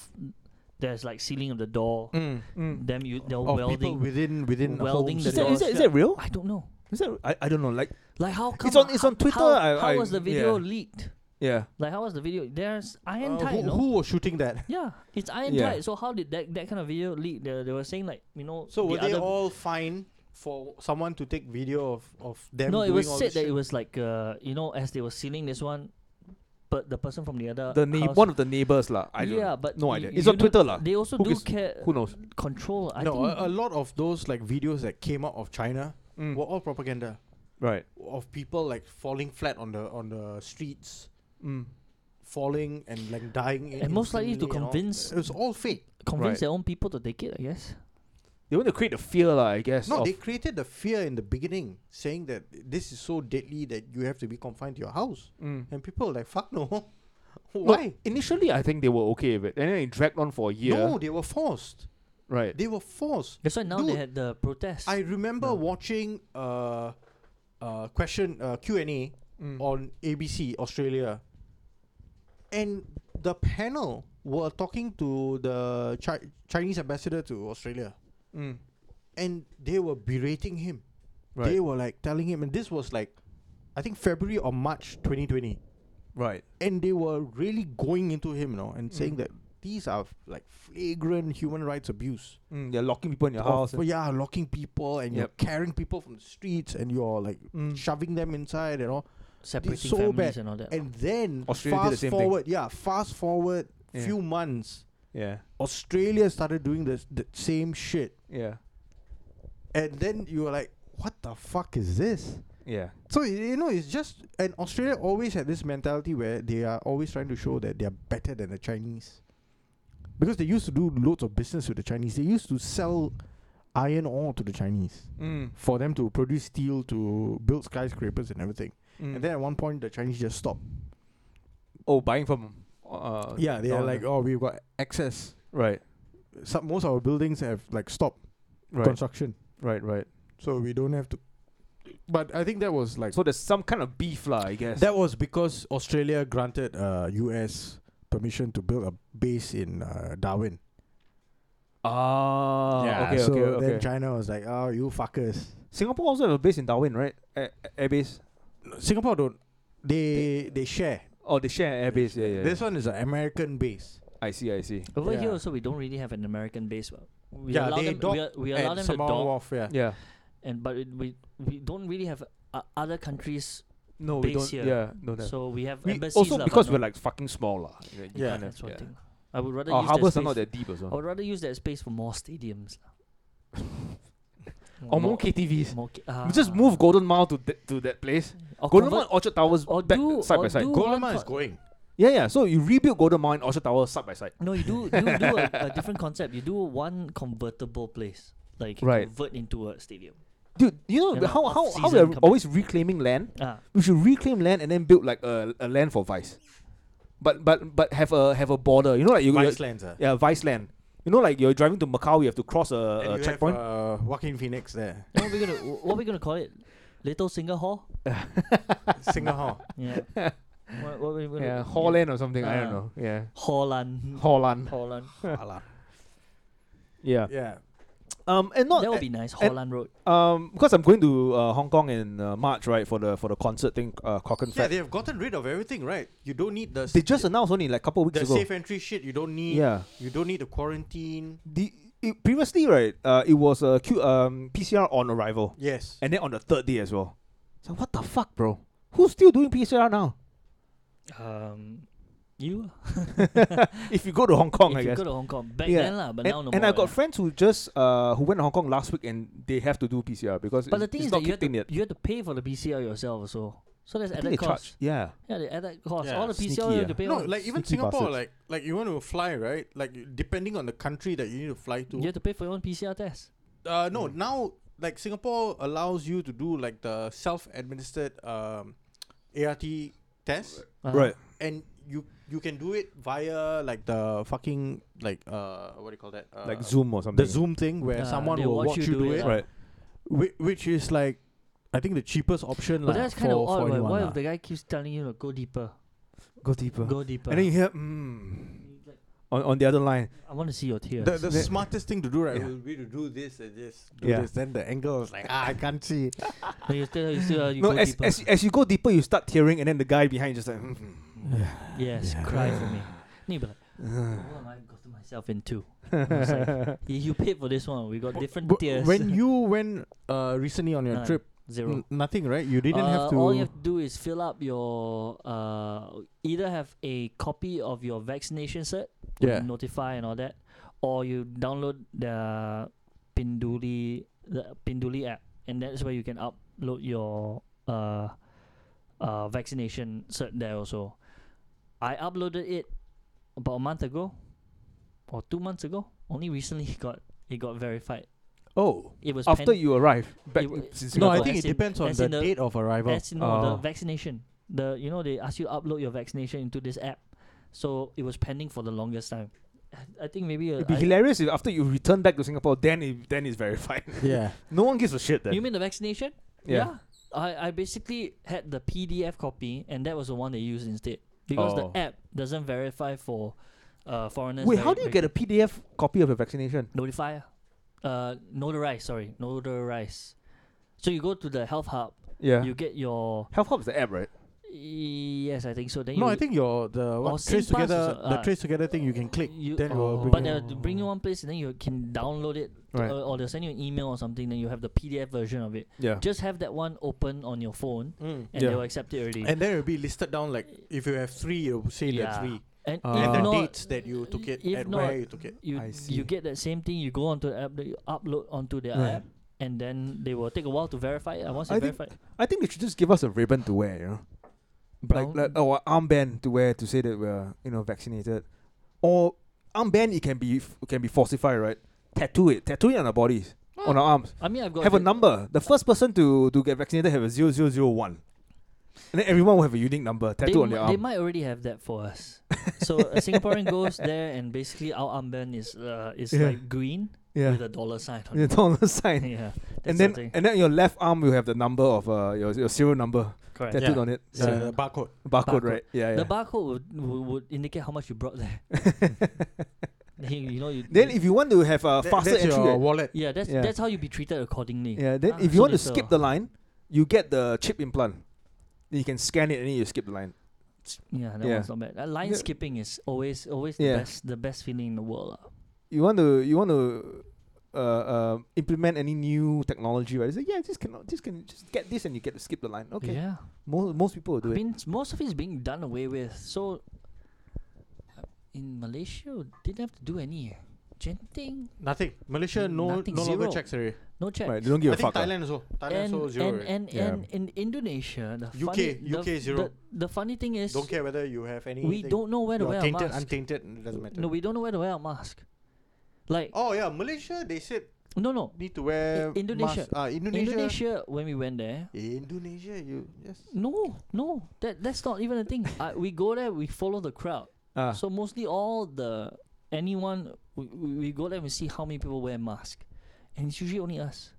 there's like sealing of the door. Mm. Them you they're of Oh, people welding. within within welding homes the Is, and all. that, is, doors. that, is that real? I don't know. Is that I, I don't know. Like Like how come? It's on- it's ho- on Twitter, How, I- how I- was the video yeah. leaked? yeah. Like how was the video? There's iron Uh, tight. who, no? who was shooting that? Yeah, it's iron Yeah. tight. So how did that that kind of video leak? They, they were saying like you know. So the were they other- all fine for someone to take video of of them? No, it doing was all said this shit? that it was like uh, you know as they were sealing this one, but the person from the other The neigh- house- one of the neighbors lah. I don't uh, yeah, know. but no y- idea. you It's on do- Twitter lah. They also Who do gives- care Who knows? control. I no, think a, a lot of those like videos that came out of China Mm. were all propaganda Right. of people like falling flat on the on the streets, Mm. falling and like dying. in- And most likely to instantly and all. convince- it was all fake. convince Right. their own people to take it. I guess. They want to create a fear lah. I guess. No, of- they created the fear in the beginning, saying that this is so deadly that you have to be confined to your house, Mm. and people were like fuck no, [LAUGHS] No, why? initially, I think they were okay with it, and then it dragged on for a year. No, they were forced. Right. They were forced. That's why now they Dude, had the protest. I remember No. watching uh, uh, question uh, Q and A Mm. on ABC Australia, and the panel were talking to the Chi- Chinese ambassador to Australia, Mm. and they were berating him. Right. They were like telling him, and this was like, I think February or March 2020, right. and they were really going into him, you know, and saying Mm. that these are like flagrant human rights abuse. Mm. They're locking people in your Of, house. and- yeah, locking people and Yep. you're carrying people from the streets and you're like Mm. shoving them inside and all. separating so families bad. and all that. And then Australia did the fast same thing. forward, yeah, fast forward Yeah. few months, Yeah. Australia started doing this the same shit, Yeah. and then you were like, "What the fuck is this?" Yeah. So y- you know, it's just and Australia always had this mentality where they are always trying to show that they are better than the Chinese, because they used to do loads of business with the Chinese. They used to sell iron ore to the Chinese Mm. for them to produce steel to build skyscrapers and everything. Mm. And then at one point, the Chinese just stopped. oh, buying from. Uh, yeah, they are down like, the- oh, we've got access. right, Some most of our buildings have like stopped right, construction, right, right. so we don't have to. But I think that was like So there's some kind of beef, lah. I guess. That was because Australia granted uh, US permission to build a base in uh, Darwin. ah. okay, so okay, okay. then China was like, "Oh, you fuckers!" Singapore also have a base in Darwin, right? Air, air base. No, Singapore don't. They they share. Oh, they share an air base. Yeah, yeah. This one is an American base. I see, I see. Over Yeah. here also, we don't really have an American base. uh, We Yeah, allow they them, we, dock a- we allow and them to Samoa dock, Wharf, yeah. Yeah. and but it, we we don't really have uh, other countries. No, we Base don't. here. Yeah, no, no. So we have we embassies also lah, but because we're not- like fucking small, lah. You Yeah. kinda- that's one yeah. thing. I would rather Our use that harbors are not space- that deep as I would well. rather use that space for more stadiums. lah. Or more KTVs. more ca- We just ah. Oh, move Golden Mile to that to that place. Or Golden Mile convert- and Orchard Towers or back do- side or by side. do- Golden one Mile is co- going. yeah, yeah. So you rebuild Golden Mile and Orchard Towers side by side. No, you do you do a, a different concept. You do one convertible place, like you Right. convert into a stadium. Dude, you know Then a how how how off-season they're company. always reclaiming land. Ah, We should reclaim land and then build like a, a land for Vice, but but but have a have a border. You know, like you you're- Lands, uh. yeah Vice land. You know, like you're driving to Macau, you have to cross a, And a you uh, checkpoint. Have, uh, Joaquin Phoenix there. [LAUGHS] then what we gonna wh- what we gonna call it? Little Singer Hall. Singapore. [LAUGHS] Yeah. what, what we gonna yeah, Holland or something. I don't Ah. know. Yeah, Holland. Holland. Holland. Yeah. yeah. Um, and not that would be nice. and- Holland Road. um because I'm going to uh, Hong Kong in uh, March, right, for the for the concert thing, uh, Cock and Yeah, Fat. they have gotten rid of everything, right? You don't need the They just announced only like a couple of weeks the ago. safe entry shit. You don't need. Yeah. You don't need the quarantine. The it, previously, right, uh, it was a Q, um PCR on arrival, Yes. and then on the third day as well. So what the fuck, bro? Who's still doing PCR now? Um, you? If you go to Hong Kong, if I you guess. go to Hong Kong back Yeah. then lah, but and now no and more. I got yeah. friends who just uh who went to Hong Kong last week and they have to do PCR because But the it's- thing it's is not that you have, kicked in to, yet. you have to pay for the PCR yourself, so so that's I think they added cost. charge. Yeah. Yeah, the added cost. Yeah, All the PCR sneaky, you yeah. have to pay. No, all- like even sneaky Singapore, bastards. like like you want to fly, right? Like you- depending on the country that you need to fly to. you have to pay for your own PCR test. Uh, no, Mm. now like Singapore allows you to do like the self-administered um, ART test, Uh, and you you can do it via like the fucking like uh what do you call that? Uh, like Zoom or something. The Zoom thing where Uh, someone they will watch, you do it, lah. Right. whi- which is like I think the cheapest option But lah, that's kind for, of for odd. Right? anyone Why lah. if the guy keeps telling you to go deeper, Go deeper. go deeper? And then you hear, mm, on, on the other line. I want to see your tears. The, the smartest thing to do right Yeah. would be to do this and this, do Yeah. this. Then the angle is like ah, I can't see. No, you still, you still, you no, go as, deeper. as, as you go deeper, you start tearing, and then the guy behind you just like, mm, [SIGHS] yes, cry for me. Then you be [SIGHS] like, what am I gotten myself into? I was like, [LAUGHS] "Y- you paid for this one. We got different But [LAUGHS] tiers. When you went uh, recently on your Uh, trip, zero. n- nothing, right? You didn't Uh, have to. All you have to do is fill up your uh, either have a copy of your vaccination cert, when Yeah. you notify and all that, or you download the Pinduli the Pinduli app, and that's where you can upload your uh, uh, vaccination cert there also. I uploaded it about a month ago, or two months ago. Only recently got it got verified. oh, It was after pen- you arrive back it w- in no, Singapore. I No, think as it in- depends on as the in the- date of arrival. That's no Oh. the vaccination. The you know they ask you upload your vaccination into this app, so it was pending for the longest time. I- I think maybe uh, It'd be I- hilarious if after you return back to Singapore, then it, then it's verified. [LAUGHS] yeah, no one gives a shit then. you mean the vaccination? Yeah. I, I basically had the PDF copy, and that was the one they used instead because Oh. the app doesn't verify for uh, foreigners. Wait, that how do you they get a PDF copy of your vaccination? notify? Uh, notarize. Sorry, notarize. So you go to the health hub. Yeah. You get your Health Hub is the app, right? yes, I think so. Then no, you I think your the Or what, trace SingPass also, together the uh, trace together thing you can click. You, Oh, then it will bring you- but they'll bring you one place and then you can download it to- Right. or, or they'll send you an email or something. Then you have the PDF version of it. Yeah. Just have that one open on your phone and Yeah. they'll accept it already. Mm. And then it'll be listed down like if you have three, it'll say Yeah. the three And Uh, and if the not, dates that you took it if and not- where you took it. you I you see. get that same thing. You go onto the app, that you upload onto their Right. app, and then they will take a while to verify it. And once I they think- verify, I think they should just give us a ribbon to wear, you know, like, Brown- like or armband to wear to say that we're you know vaccinated, or armband it can be it can be falsified, right? Tattoo it, tattoo it on our bodies, on our arms. I mean, I've got have a bit- number. The first person to to get vaccinated have a zero zero zero one, and then everyone will have a unique number They, tattooed on mi- their they arm. might already have that for [LAUGHS] us. so a Singaporean goes there, and basically our armband is uh, is Yeah. like green Yeah, with [LAUGHS] a dollar sign on the it. dollar sign. yeah, And that's the then thing. and then your left arm will have the number of uh your your serial number correct. tattooed Yeah. on it. Yeah, Yeah. the barcode. Barcode, Barcode. right? Yeah, yeah. The barcode would, would, would indicate how much you brought [LAUGHS] there. you, you know, you, then you- if you want to have a That- faster that's entry, your rate- wallet. yeah, that's Yeah. that's how you be treated accordingly. yeah. Then Ah, if so you want to that's the- skip the line, you get the chip implant. Then you can scan it and then you skip the line. yeah, that Yeah. one's not bad. Uh, line Yeah. skipping is always always Yeah. the best the best feeling in the world. lah. You want to you want to uh, uh, implement any new technology, right? You say, yeah, just cannot, just can just get this and you get to skip the line. Okay, Yeah, most most people will I do it. mean s- most of it's being done away with. So uh, in Malaysia, didn't have to do any Genting, Nothing. Malaysia no Nothing, no longer zero. checks already. no check. Right, they don't give I a think fuck. lah. Thailand also. Thailand and also zero. and already. and, Yeah. and in Indonesia, the UK funny, the, UK zero. The, the funny thing is, don't care whether you have any. we don't know where to wear a tainted, mask. untainted. It doesn't matter. No, we don't know where to wear a mask. Like oh yeah, Malaysia. They said no, no. need to wear I- Indonesia. mask. Ah, Indonesia. Indonesia. when we went there, Indonesia, You yes. no, no, that that's not even [LAUGHS] a thing. I, we go there, we follow the crowd. Ah, So mostly all the anyone we, we we go there, we see how many people wear mask, and it's usually only us.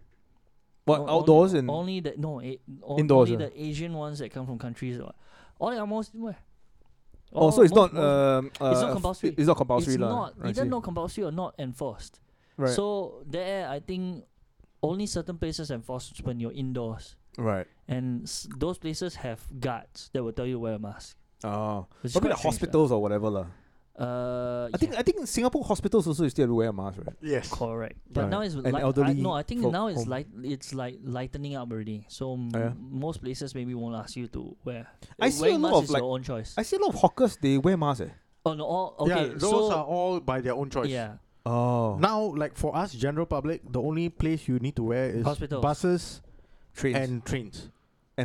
but O- only- outdoors and only the no a, o- Indoors, Only ah. the Asian ones that come from countries. or- All the Amos didn't wear. oh, All- so it's most- not most- um uh, not f- compulsory. It's not compulsory, it's lah. not I either see. not compulsory or not enforced. right. So there, I think only certain places enforced when you're indoors, right. and s- those places have guards that will tell you to wear a mask. Oh, which is probably the quite strange lah. hospitals or whatever lah. Uh, I think I think in Singapore hospitals also you still have to wear a mask, right? Yes. correct, but Right. now it's And like I, elderly no. I think folk now it's home. Oh, like it's like lightening up already. So m- yeah? most places maybe won't ask you to wear. I Uh, see a Wearing lot mask of is like- your own choice. I see a lot of hawkers they wear masks. Eh. oh no, all yeah, okay. those so are all by their own choice. yeah, Oh, Now, like for us, general public, the only place you need to wear is Hospitals. buses trains and, and Oh. trains.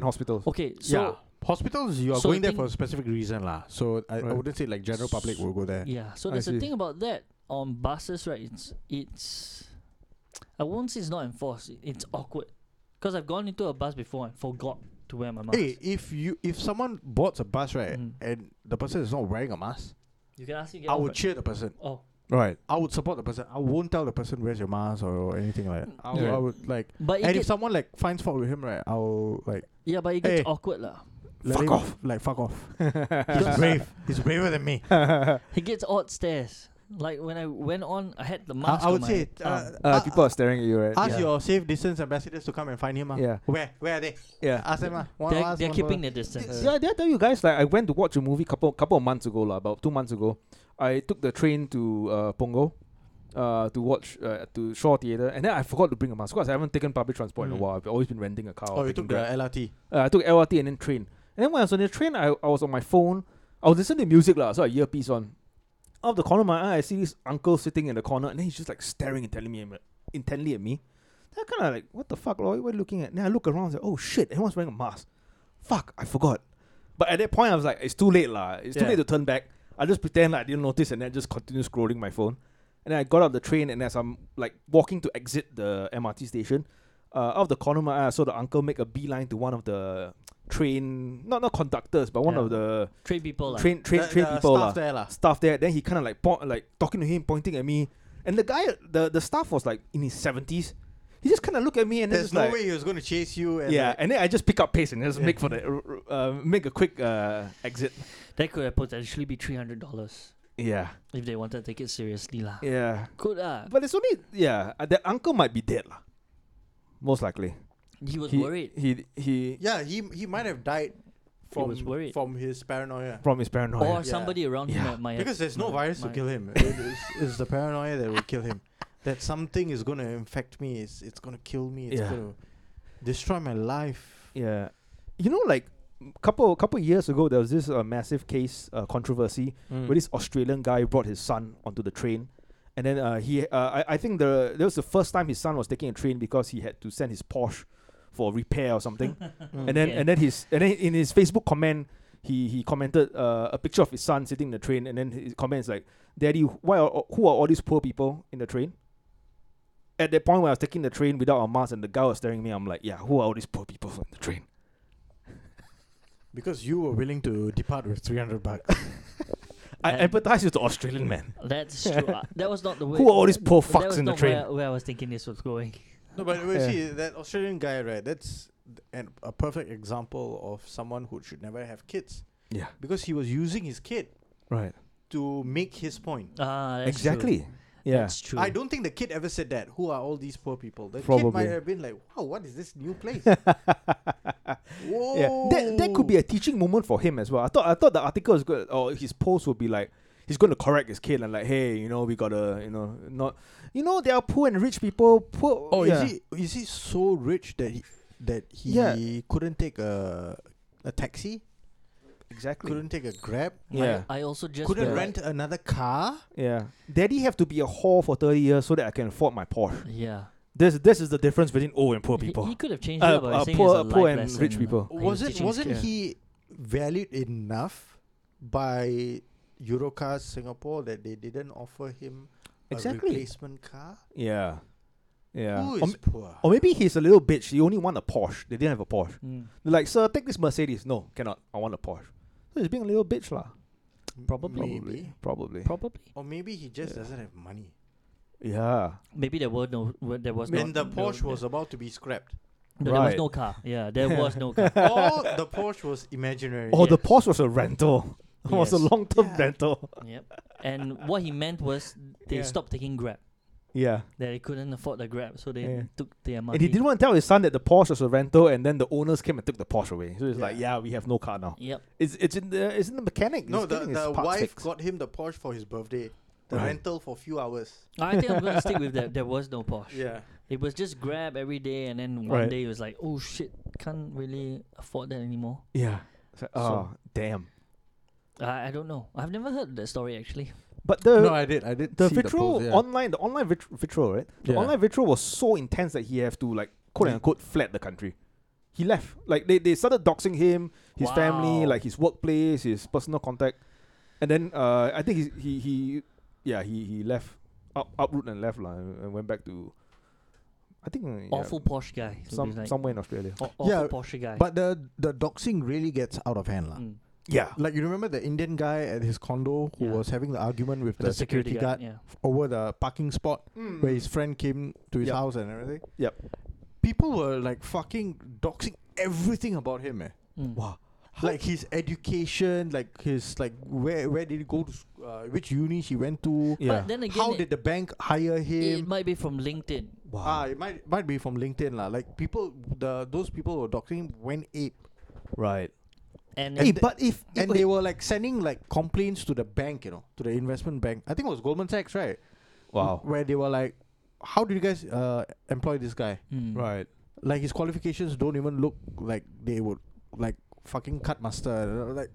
hospitals. okay. So yeah, hospitals you are so going there think- for a specific reason lah. So I, I Right. wouldn't say like general public will go there. Yeah, so I there's a see. thing about that on buses, right? It's it's I won't say it's not enforced. i- It's awkward because I've gone into a bus before and forgot to wear my mask. Hey, if you if someone boards a bus right Mm. and the person is not wearing a mask, you can ask him. to get I off, would right? cheer the person. Oh, Right. [LAUGHS] I would support the person. I won't tell the person where's your mask or anything like that. I, would- Yeah. I would like. but it And if gets, someone like finds fault with him, right, I'll like yeah, but it gets Hey. awkward lah. let Fuck him- off. Like fuck [LAUGHS] off. He's Because- brave. He's braver than me. He gets odd stares. Like when I went on, I had the I, mask. I on would my say uh, arm. Uh, uh, people are staring at you, right? ask Yeah. your safe distance ambassadors to come and find him. ah. Yeah. Where? Where are they? Yeah. Ask them. ah. One they're, of us, they're one keeping of us. their distance. Yeah, did I tell you guys like I went to watch a movie couple couple of months ago, lah, about two months ago. I took the train to uh, Punggol, uh, to watch uh, to Shaw Theatre, and then I forgot to bring a mask because I haven't taken public transport in Mm. a while. I've always been renting a car. or Oh, you taking took the Grab. LRT. Uh, I took LRT and then train. And then when I was on the train, I, I was on my phone. I was listening to music lah, so I earpiece on. Out of the corner of my eye, I see this uncle sitting in the corner, and then he's just like staring intently at me. uh, Intently at me. Then I kind of like, what the fuck, Lloyd? What are you looking at? Then I look around, and say, oh shit, everyone's wearing a mask. Fuck, I forgot. But at that point, I was like, it's too late lah. It's too Yeah. late to turn back. I just pretend I didn't notice, and then just continue scrolling my phone. And then I got out of the train, and as I'm like walking to exit the MRT station, uh, out of the corner of my eye, I saw the uncle make a beeline to one of the train, not not conductors, but one Yeah. of the Trade people. lah. train train The- train the people ah. staff lah, there lah. staff there. Then he kind of like point, like talking to him, pointing at me, and the guy, the the staff was like in his seventies. He just kind of looked at me and then There's just no like, way he was going to chase you. And yeah, like- and then I just pick up pace and just Yeah. make for the r- r- uh, make a quick uh, exit. That could have potentially be three hundred dollars Yeah, if they wanted to take it seriously lah. yeah. Could ah, But it's only yeah. uh, That uncle might be dead lah, most likely. he was he, worried. He he yeah, he he might have died from was worried. from his paranoia. from his paranoia. or Yeah. somebody around him Yeah. at my Because there's no my- virus my- to kill him. [LAUGHS] It is, it's the paranoia that will kill him. That something is going to infect me. It's it's going to kill me. It's Yeah. going to destroy my life. Yeah, you know, like couple couple years ago, there was Mm. this uh, massive case uh, controversy where this Australian guy brought his son onto the train, And then uh, he, uh, I, I think the that was the first time his son was taking a train because he had to send his Porsche for repair or something. Mm. and then Okay. and then his and then in his Facebook comment, he he commented uh, a picture of his son sitting in the train, and then his comment is like, "Daddy, why are who are all these poor people in the train?" At that point, when I was taking the train without a mask, and the guy was staring at me, I'm like, "Yeah, who are all these poor people in the train?" because you were willing to depart with 300 bucks. I And- empathize with the Australian man. That's [LAUGHS] true. Uh, that was not the way. Who are all these poor that fucks was in the not train? Where, where I was thinking this was going. [LAUGHS] No, but wait, Yeah. see that Australian guy, right? That's th- an, a perfect example of someone who should never have kids Yeah, because he was using his kid right. to make his point. Ah, that's true. exactly. Yeah. That's true. I don't think the kid ever said that. Who are all these poor people? The kid Probably. might have been like, "Wow, what is this new [LAUGHS] place?" [LAUGHS] Whoa, Yeah, that, that could be Oh. a teaching moment for him as well. I thought I thought the article is good, or his post would be like he's going to correct his kid and like, hey, you know, we gotta, you know, not, you know, there are poor and rich people. Poor. Oh, yeah. is he is he so rich that he that he Yeah. couldn't take a a taxi, exactly? couldn't take a grab, Yeah, I also just couldn't felt- rent another car? yeah. Daddy have to be a whore for thirty years so that I can afford my Porsche. Yeah. This this is the difference between old and poor He- people. He, could have changed Uh, it up by uh, saying poor- it's a life poor and lesson. uh, rich people. He was was it teaching his wasn't kids. he valued enough by Eurocars Singapore that they didn't offer him Exactly. a replacement car? yeah, yeah. Who Or, is m- poor? or maybe he's a little bitch. He only want a Porsche. They didn't have a Porsche. Mm, They're like, sir, take this Mercedes. No, cannot. I want a Porsche. So he's being a little bitch lah. probably. Maybe. Probably. probably. Or maybe he just Yeah. doesn't have money. Yeah. Maybe there were no. were- There was When no, the Porsche no, was about to be [LAUGHS] scrapped, no, [LAUGHS] there was Right. no car. Yeah, there was [LAUGHS] no car. or the Porsche was imaginary. Oh, the Porsche was a rental. [LAUGHS] It was a Yes. long term Yeah. rental. Yep. And what he meant was they Yeah. stopped taking Grab. Yeah. That they couldn't afford the Grab, so they Yeah. took their money. And he didn't want to tell his son that the Porsche was a rental and then the owners came and took the Porsche away. So it's like, yeah, we have no car now. Yep. It's it's in the it's in the mechanic. no, It's the, getting his the parts wife fixed. got him the Porsche for his birthday. The Right. rental for few hours. I think I'm gonna stick with that. There was no Porsche. Yeah. It was just Grab every day, and then one Right. day it was like, oh shit, can't really afford that anymore. Yeah. It's like, So- oh damn. I, I don't know. I've never heard that story actually. But the no, I did. I did. the see vitriol post, yeah. online the online vit- vitriol, right? The Yeah. online vitriol was so intense that he have to like quote Yeah. unquote fled the country. He left. Like they, they started doxing him, his family, Wow. like his workplace, his personal contact. And then uh, I think he, he he yeah, he he left up uproot and left lah, and and went back to I think uh, yeah, Awful Porsche guy. It'll some be like, somewhere in Australia. aw- awful Yeah, Porsche guy. But the the doxing really gets out of hand, lah. Mm. Yeah. Like you remember the Indian guy at his condo who Yeah. was having the argument with But the, security, guard Yeah. over the parking spot where his friend came to his Yep. house and everything. Yep. People were like fucking doxing everything about him, eh. Mm. Wow. Like his education, like his like where where did he go to, s- uh, which uni he went to. Yeah. But then again, How it, did the bank hire it him? might be from LinkedIn. Wow. Ah, it might might be from LinkedIn lah. Like people, the those people who were doxing him went ape. right. And Hey, it- but if, if and they were like sending like complaints to the bank, you know, to the investment bank. I think it was Goldman Sachs, right? Wow. Where they were like, "How do you guys uh, employ this guy? Mm. Right. Like his qualifications don't even look like they would like fucking cut master." Like,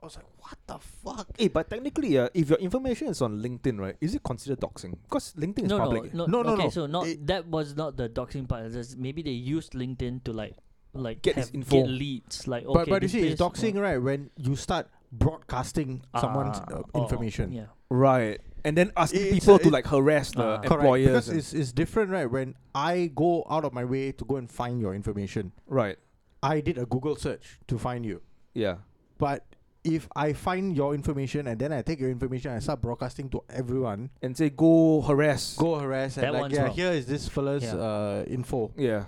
I was like, "What the fuck?" Hey, but technically, uh, if your information is on LinkedIn, right, is it considered doxing? Because LinkedIn is No, no, public. no, No, no, okay, no. So not It- that was not the doxing part. it's just maybe they used LinkedIn to like, like Get his have, info. get leads. Like, okay, but but you this see, it's place- doxing right when you start broadcasting someone's Ah, uh, oh, oh, information. Yeah. Right. And then asking It's people a- to it- like harass the Ah. Correct, Correct, employers. because and- it's, it's different, right? When I go out of my way to go and find your information, right. I did a Google search to find you. Yeah. But if I find your information and then I take your information and I start broadcasting to everyone, And say go harass. go harass and That like, one's yeah, wrong. here is this fella's Yeah. uh, info. Yeah.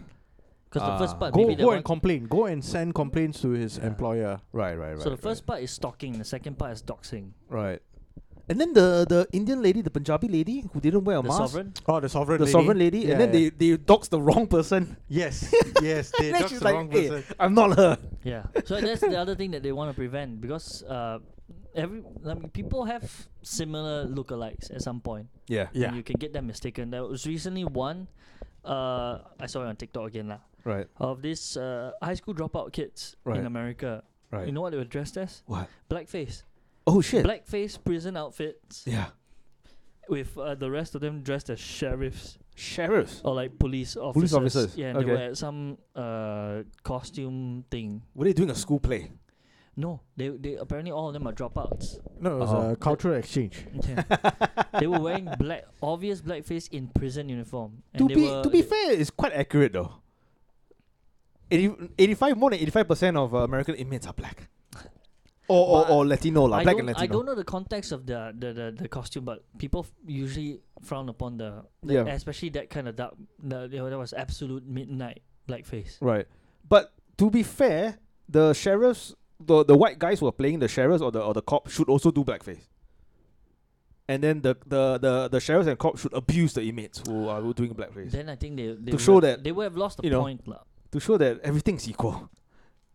Because the Ah. first part, Go, maybe the go one, and complain. Go and send complaints to his Yeah. employer. Right. Right. Right. so the first part is stalking. The second part is doxing. Right. right. And then the the Indian lady, the Punjabi lady who didn't wear a the mask, sovereign. Oh, the sovereign. the sovereign lady, Yeah, and then yeah. they they doxed the wrong person. [LAUGHS] Yes, yes, they And then doxed she's the wrong like, "Hey, person. I'm not her. Yeah. So that's the other thing that they want to prevent because uh, every I mean, people have similar lookalikes at some point. [LAUGHS] Yeah. Yeah. And you can get them mistaken. There was recently one. Uh, I saw it on TikTok again lah. Right. Of this uh, high school dropout kids Right. in America. Right. You know what they were dressed as? what? Blackface. Oh shit. Blackface prison outfits. Yeah. with uh, the rest of them dressed as sheriffs Sheriffs. or like police officers. Police officers, Yeah, and okay. they were at some uh costume thing. Were they doing a school play? No, they they apparently all of them are [LAUGHS] dropouts. No, it was a Oh. cultural exchange. Yeah. they were wearing black, obvious blackface in prison uniform. And to they be were, to be fair, it's quite accurate though. 80, 85 more than eighty five percent of uh, American inmates are [LAUGHS] black, or or, But or Latino lah, I black don't, and Latino. I don't know the context of the the, the, the costume, but people f- usually frown upon the, the- Yeah. especially that kind of dark. The, you know, that was absolute midnight blackface. Right. But to be fair, the sheriffs, the the white guys who are playing the sheriffs or the or the cop should also do blackface. And then the the the, the sheriffs and cops should abuse the inmates who are who doing blackface Then I think they, they To show would- that, they would have lost the you know, point, lah. to show that everything's equal.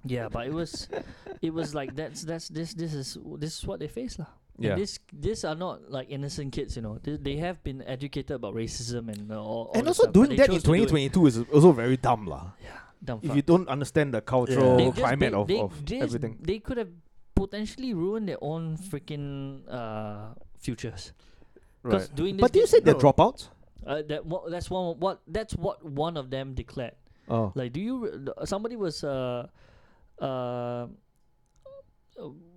Yeah, but it was, [LAUGHS] it was like that's that's this this is this is what they face, lah. And Yeah. This these are not like innocent kids, you know. They, they have been educated about racism and uh, all. all and that also stuff, but doing they that in chose to do it. 2022 is also very dumb lah. Dumb If fuck. you don't understand the cultural They just climate ba- of, they- of they- everything. They could have potentially ruined their own freaking uh, futures. Because Right. doing this But do you gives- say they're No. dropouts? uh, that what, that's one what that's what one of them declared. Oh. Like, do you re- th- somebody was uh, uh,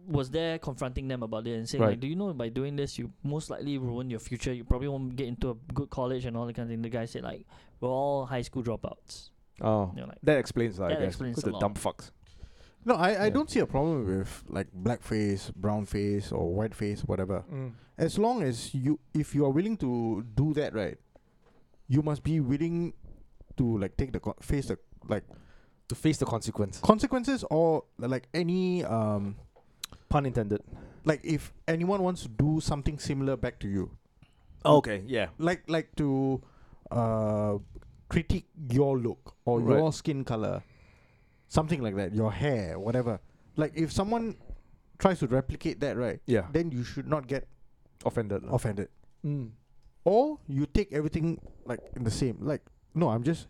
was there confronting them about it and saying Right. like, do you know by doing this you most likely ruin your future. You probably won't get into a good college and all that kind of thing. The guy said like, we're all high school dropouts. Oh. You're like, That explains that, I That guess. explains Because a the lot. dumb fucks. No, I, I Yeah. don't see a problem with like blackface, brown face, or white face, whatever. Mm. As long as you, if you are willing to do that, right, you must be willing to like take the co- face the like To face the consequence. consequences or like any um Pun intended. like if anyone wants to do something similar back to you, Oh, Okay, yeah. like like to uh critique your look or Right. your skin color something like that your hair whatever like if someone tries to replicate that right Yeah. then you should not get offended. lah. offended Mm. or you take everything like in the same like no i'm just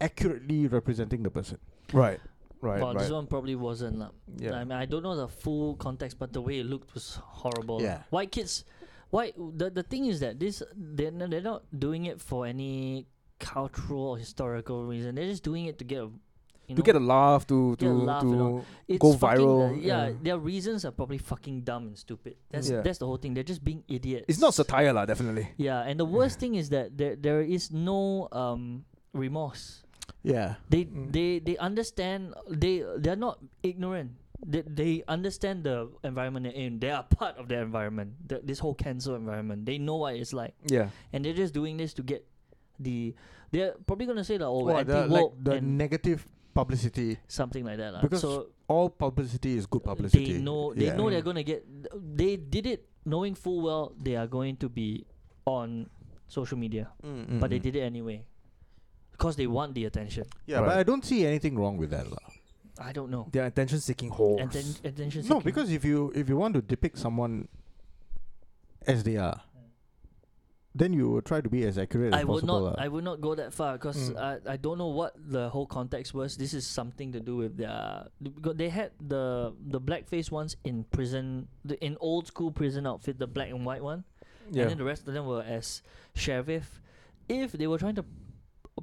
accurately representing the person [LAUGHS] Right. Right. well, this right. one probably wasn't lah. I Yeah. mean, I don't know the full context, but the way it looked was horrible. Yeah. White kids, why the the thing is that this they're n- they're not doing it for any cultural or historical reason. They're just doing it to get, a, you know, to get a laugh, to get to a laugh and all. to it's go fucking, viral, uh, yeah, yeah. their reasons are probably fucking dumb and stupid. That's Yeah. that's the whole thing. They're just being idiots. it's not satire lah, definitely. Yeah, and the worst thing is that there there is no um remorse. yeah they Mm. they they understand they they're not ignorant they, they understand the environment they're in they are part of the environment the, this whole cancer environment they know what it's like Yeah. and they're just doing this to get the they're probably gonna say that oh Or we're the, like anti-woke the and negative publicity something like that lah. Because so all publicity is good publicity they know they Yeah. know they're gonna get they did it knowing full well they are going to be on social media but they Mm. did it anyway because they want the attention yeah but Right. i don't see anything wrong with that lah. i don't know They're attention seeking whores. Atten- attention No, seeking. because if you if you want to depict someone as they are, then you will try to be as accurate I as would possible. ah. not. lah. I would not go that far because Mm. I, I don't know what the whole context was. This is something to do with their because they had the the blackface ones in prison, the, in old school prison outfit, the black and white one, and yeah. then the rest of them were as sheriff. If they were trying to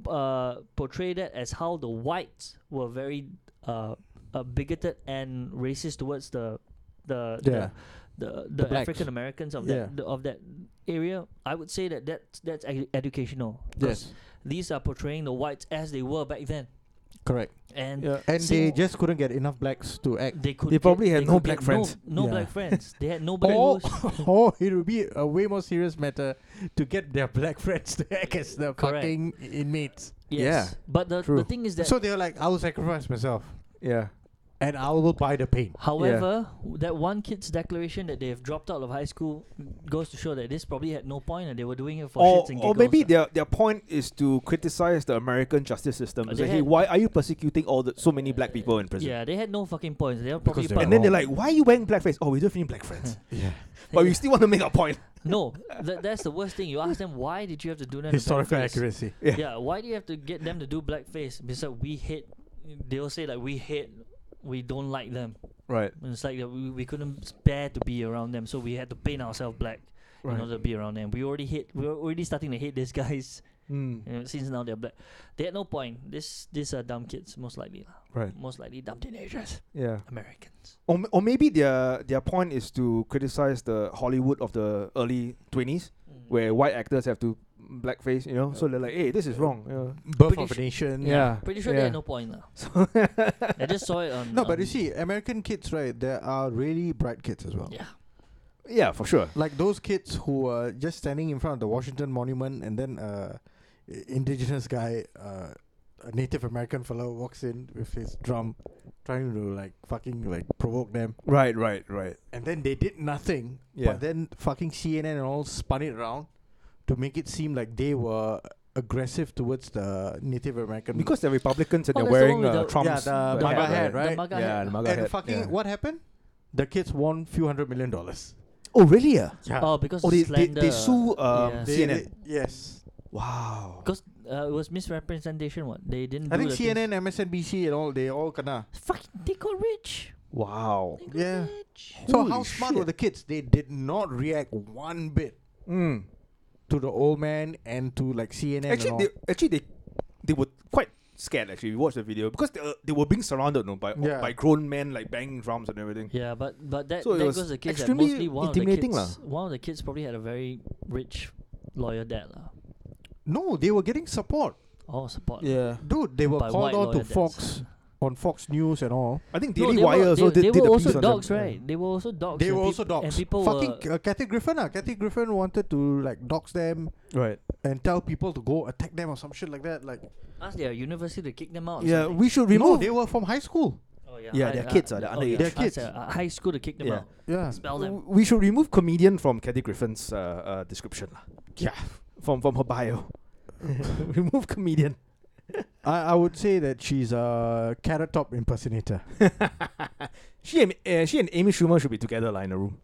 uh, portray that as how the whites were very uh, uh, bigoted and racist towards the the the- yeah, the, The the, blacks. African Americans of Yeah. that the, of that area, I would say that that's, that's edu- educational. 'cause yes, These are portraying the whites as they were back then, correct. and yeah. And See- they just couldn't get enough blacks to act, they could. They get- probably had they no black could get friends. No, no Yeah. black friends. They [LAUGHS] had nobody. or, who's [LAUGHS] or it would be a way more serious matter to get their black [LAUGHS] friends to act as the Correct. fucking inmates. yes. But the, true. the thing is that, so they're like, I will sacrifice myself, Yeah. and I will buy the pain. however, w- that one kid's declaration that they have dropped out of high school goes to show that this probably had no point and they were doing it for Or, shits and or giggles. ah. maybe lah. their their point is to criticize the American justice system. Uh, Say, they hey, had- why are you persecuting all the so many black people in prison? Yeah, they had no fucking points. They were probably they part were And of- then they're like, why are you wearing blackface? Oh, we don't need black [LAUGHS] friends, Yeah, but we Yeah. still want to make a [LAUGHS] point. no. Th- that's the worst thing. You ask them why did you have to do that? in the historical first place?" accuracy. Yeah. yeah, why do you have to get them to do blackface? Because we hate, they'll say like we hate, we don't like them. Right. And it's like that we, we couldn't bear to be around them, so we had to paint ourselves black. in order to be around them. We already hate. We were already starting to hate these guys. Mm. You know, since now they're black, they had no point. This these are dumb kids, most likely, lah. Right. most likely dumb teenagers, Yeah. Americans. Or, m- or maybe their their point is to criticize the Hollywood of the early twenties, where white actors have to blackface. You know, so they're like, "Hey, this is wrong." Yeah. Birth Pretty of su- a Nation. Yeah. Pretty sure they yeah. had no point lah. I just saw it on. No, but you on- see, American kids, right? There are really bright kids as well. Um, Yeah. [LAUGHS] Yeah, for [LAUGHS] sure. Like those kids who are just standing in front of the Washington Monument, and then uh, i- indigenous guy, uh, a Native American fellow, walks in with his drum, trying to like fucking like provoke them, Right. Right. Right. and then they did nothing. Yeah. But then fucking CNN and all spun it around to make it seem like they were aggressive towards the Native American Because [LAUGHS] they're Republicans and Oh, they're that's the wearing one with uh, yeah, the- Trump's the uh, MAGA hat, hat, right? right? The MAGA Yeah, the hat. lah. MAGA And hat, fucking yeah. what happened? The kids won few hundred million dollars. Oh, really? Yeah. Yeah. Oh, because Oh, of they, they, they sue slander. um, Yeah. They- CNN. they- yes. wow. Because uh, it was misrepresentation. What they didn't. I do think the things- CNN, MSNBC, and all they all kena. Fucking, they got rich. Wow. They got Yeah. rich. So Holy how smart shit. were the kids? They did not react one bit Mm. to the old man and to like CNN. and all. Actually, they, actually they they were quite scared. Actually, we watched the video because they, uh, they were being surrounded no, by Yeah. by grown men like banging drums and everything. Yeah, but but that So it that was goes the case that extremely mostly one of the intimidating kids, lah. one of the kids probably had a very rich lawyer dad lah. no, they were getting support, Oh, support. Yeah. dude. They were By called white on to lawyer dads. Fox on Fox News and all. I think No, Daily they Wire were, also they, did, they did were a also piece on them. dogs, right? They were also dogs. They and were peop- also dogs. And people were fucking uh, Kathy Griffin, ah, Kathy Griffin wanted to like dox them Right. and tell people to go attack them or some shit like that. Like asked their university to kick them out. or Yeah, something. we should no, remove. they were from high school. Oh, Yeah, high- they're kids, ah, they're oh, yeah, underage. They're high- kids. uh, high school to kick them Yeah. Ah. out. Yeah. Expel them. we should remove comedian from Kathy Griffin's uh, uh, description. lah. Yeah. From from her [LAUGHS] bio. remove comedian. I, I would say that she's a carrot top impersonator. she and uh, she and Amy Schumer should be together like, in a room,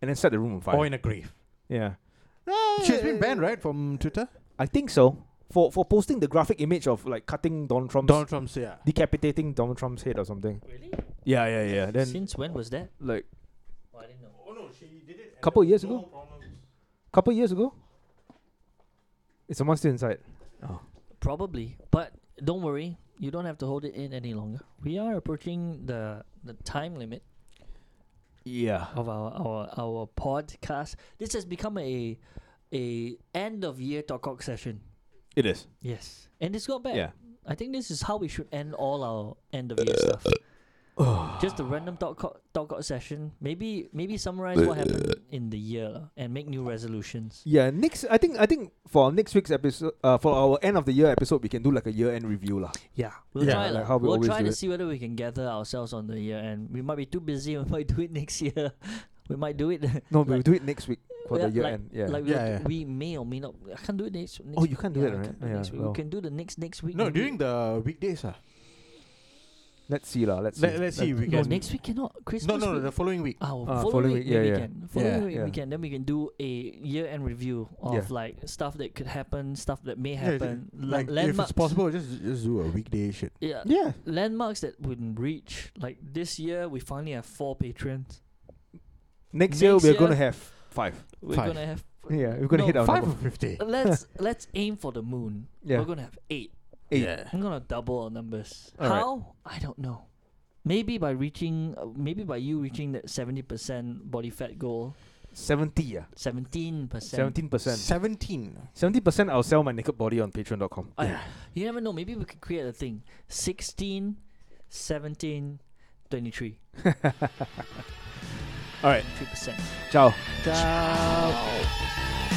and then set the room on fire. Or in a grave. yeah, She's been banned, right, from Twitter? I think so. For for posting the graphic image of like cutting Donald Trump's Donald Trump's, yeah. decapitating Donald Trump's head or something. Really? Yeah, yeah, yeah. Then Since when was that? like Oh, I didn't know. Oh, no, she did it. Couple then years no ago? couple years ago. It's a monster inside. Probably, but don't worry. You don't have to hold it in any longer. We are approaching the the time limit. Yeah. of our our our podcast. This has become a a end of year talk cock session. It is. Yes, and it's not bad. Yeah. I think this is how we should end all our end of year stuff. Just a random talk cock, talk cock session. Maybe maybe summarize what happened in the year lah, and make new resolutions. Yeah, next I think I think for next week's episode uh, for our end of the year episode we can do like a year end review [LAUGHS] lah. Yeah, we'll Yeah, try like lah. how we We'll always try do it. to see whether we can gather ourselves on the year, and we might be too busy. [LAUGHS] We might do it next year. we might do it. No, Like- we'll do it next week for Yeah, the year like- end. Yeah. Oh, Like we'll Yeah, do- yeah. we may or may not. I can't do it next. next you can't do yeah, that, right? I can't do it Yeah, next week. well. We can do the next next week. No, maybe. during the weekdays. ah. let's see lah. Let's see. Let, let's see if we no can. next week cannot no, Christmas. no, no, week. the following week. Ah, well, Ah, following, following week, week, yeah, maybe yeah. can. Following Yeah, week yeah. we can. Then we can do a year end review of Yeah. like stuff that could happen, stuff that may Yeah, happen. la- like if it's landmarks- possible, just just do a weekday shit. Yeah. Yeah. Landmarks that wouldn't reach. Like this year, we finally have four patrons. Next year Next we're year- gonna have five. We're Five. gonna have. Yeah, we're gonna No, hit our Five or number. fifty. [LAUGHS] Let's let's aim for the moon. Yeah. We're gonna have eight. Eight. Yeah. I'm gonna double our numbers. Alright. How? I don't know. Maybe by reaching, uh, maybe by you reaching that seventy percent body fat goal, Seventy, yeah. seventeen percent. Seventeen percent. Seventeen. Oh, Seventy percent I'll sell my naked body on patreon.com. Yeah. You never know. Maybe we could create a thing: 16, 17, 23, Alright, three percent. ciao. Ciao.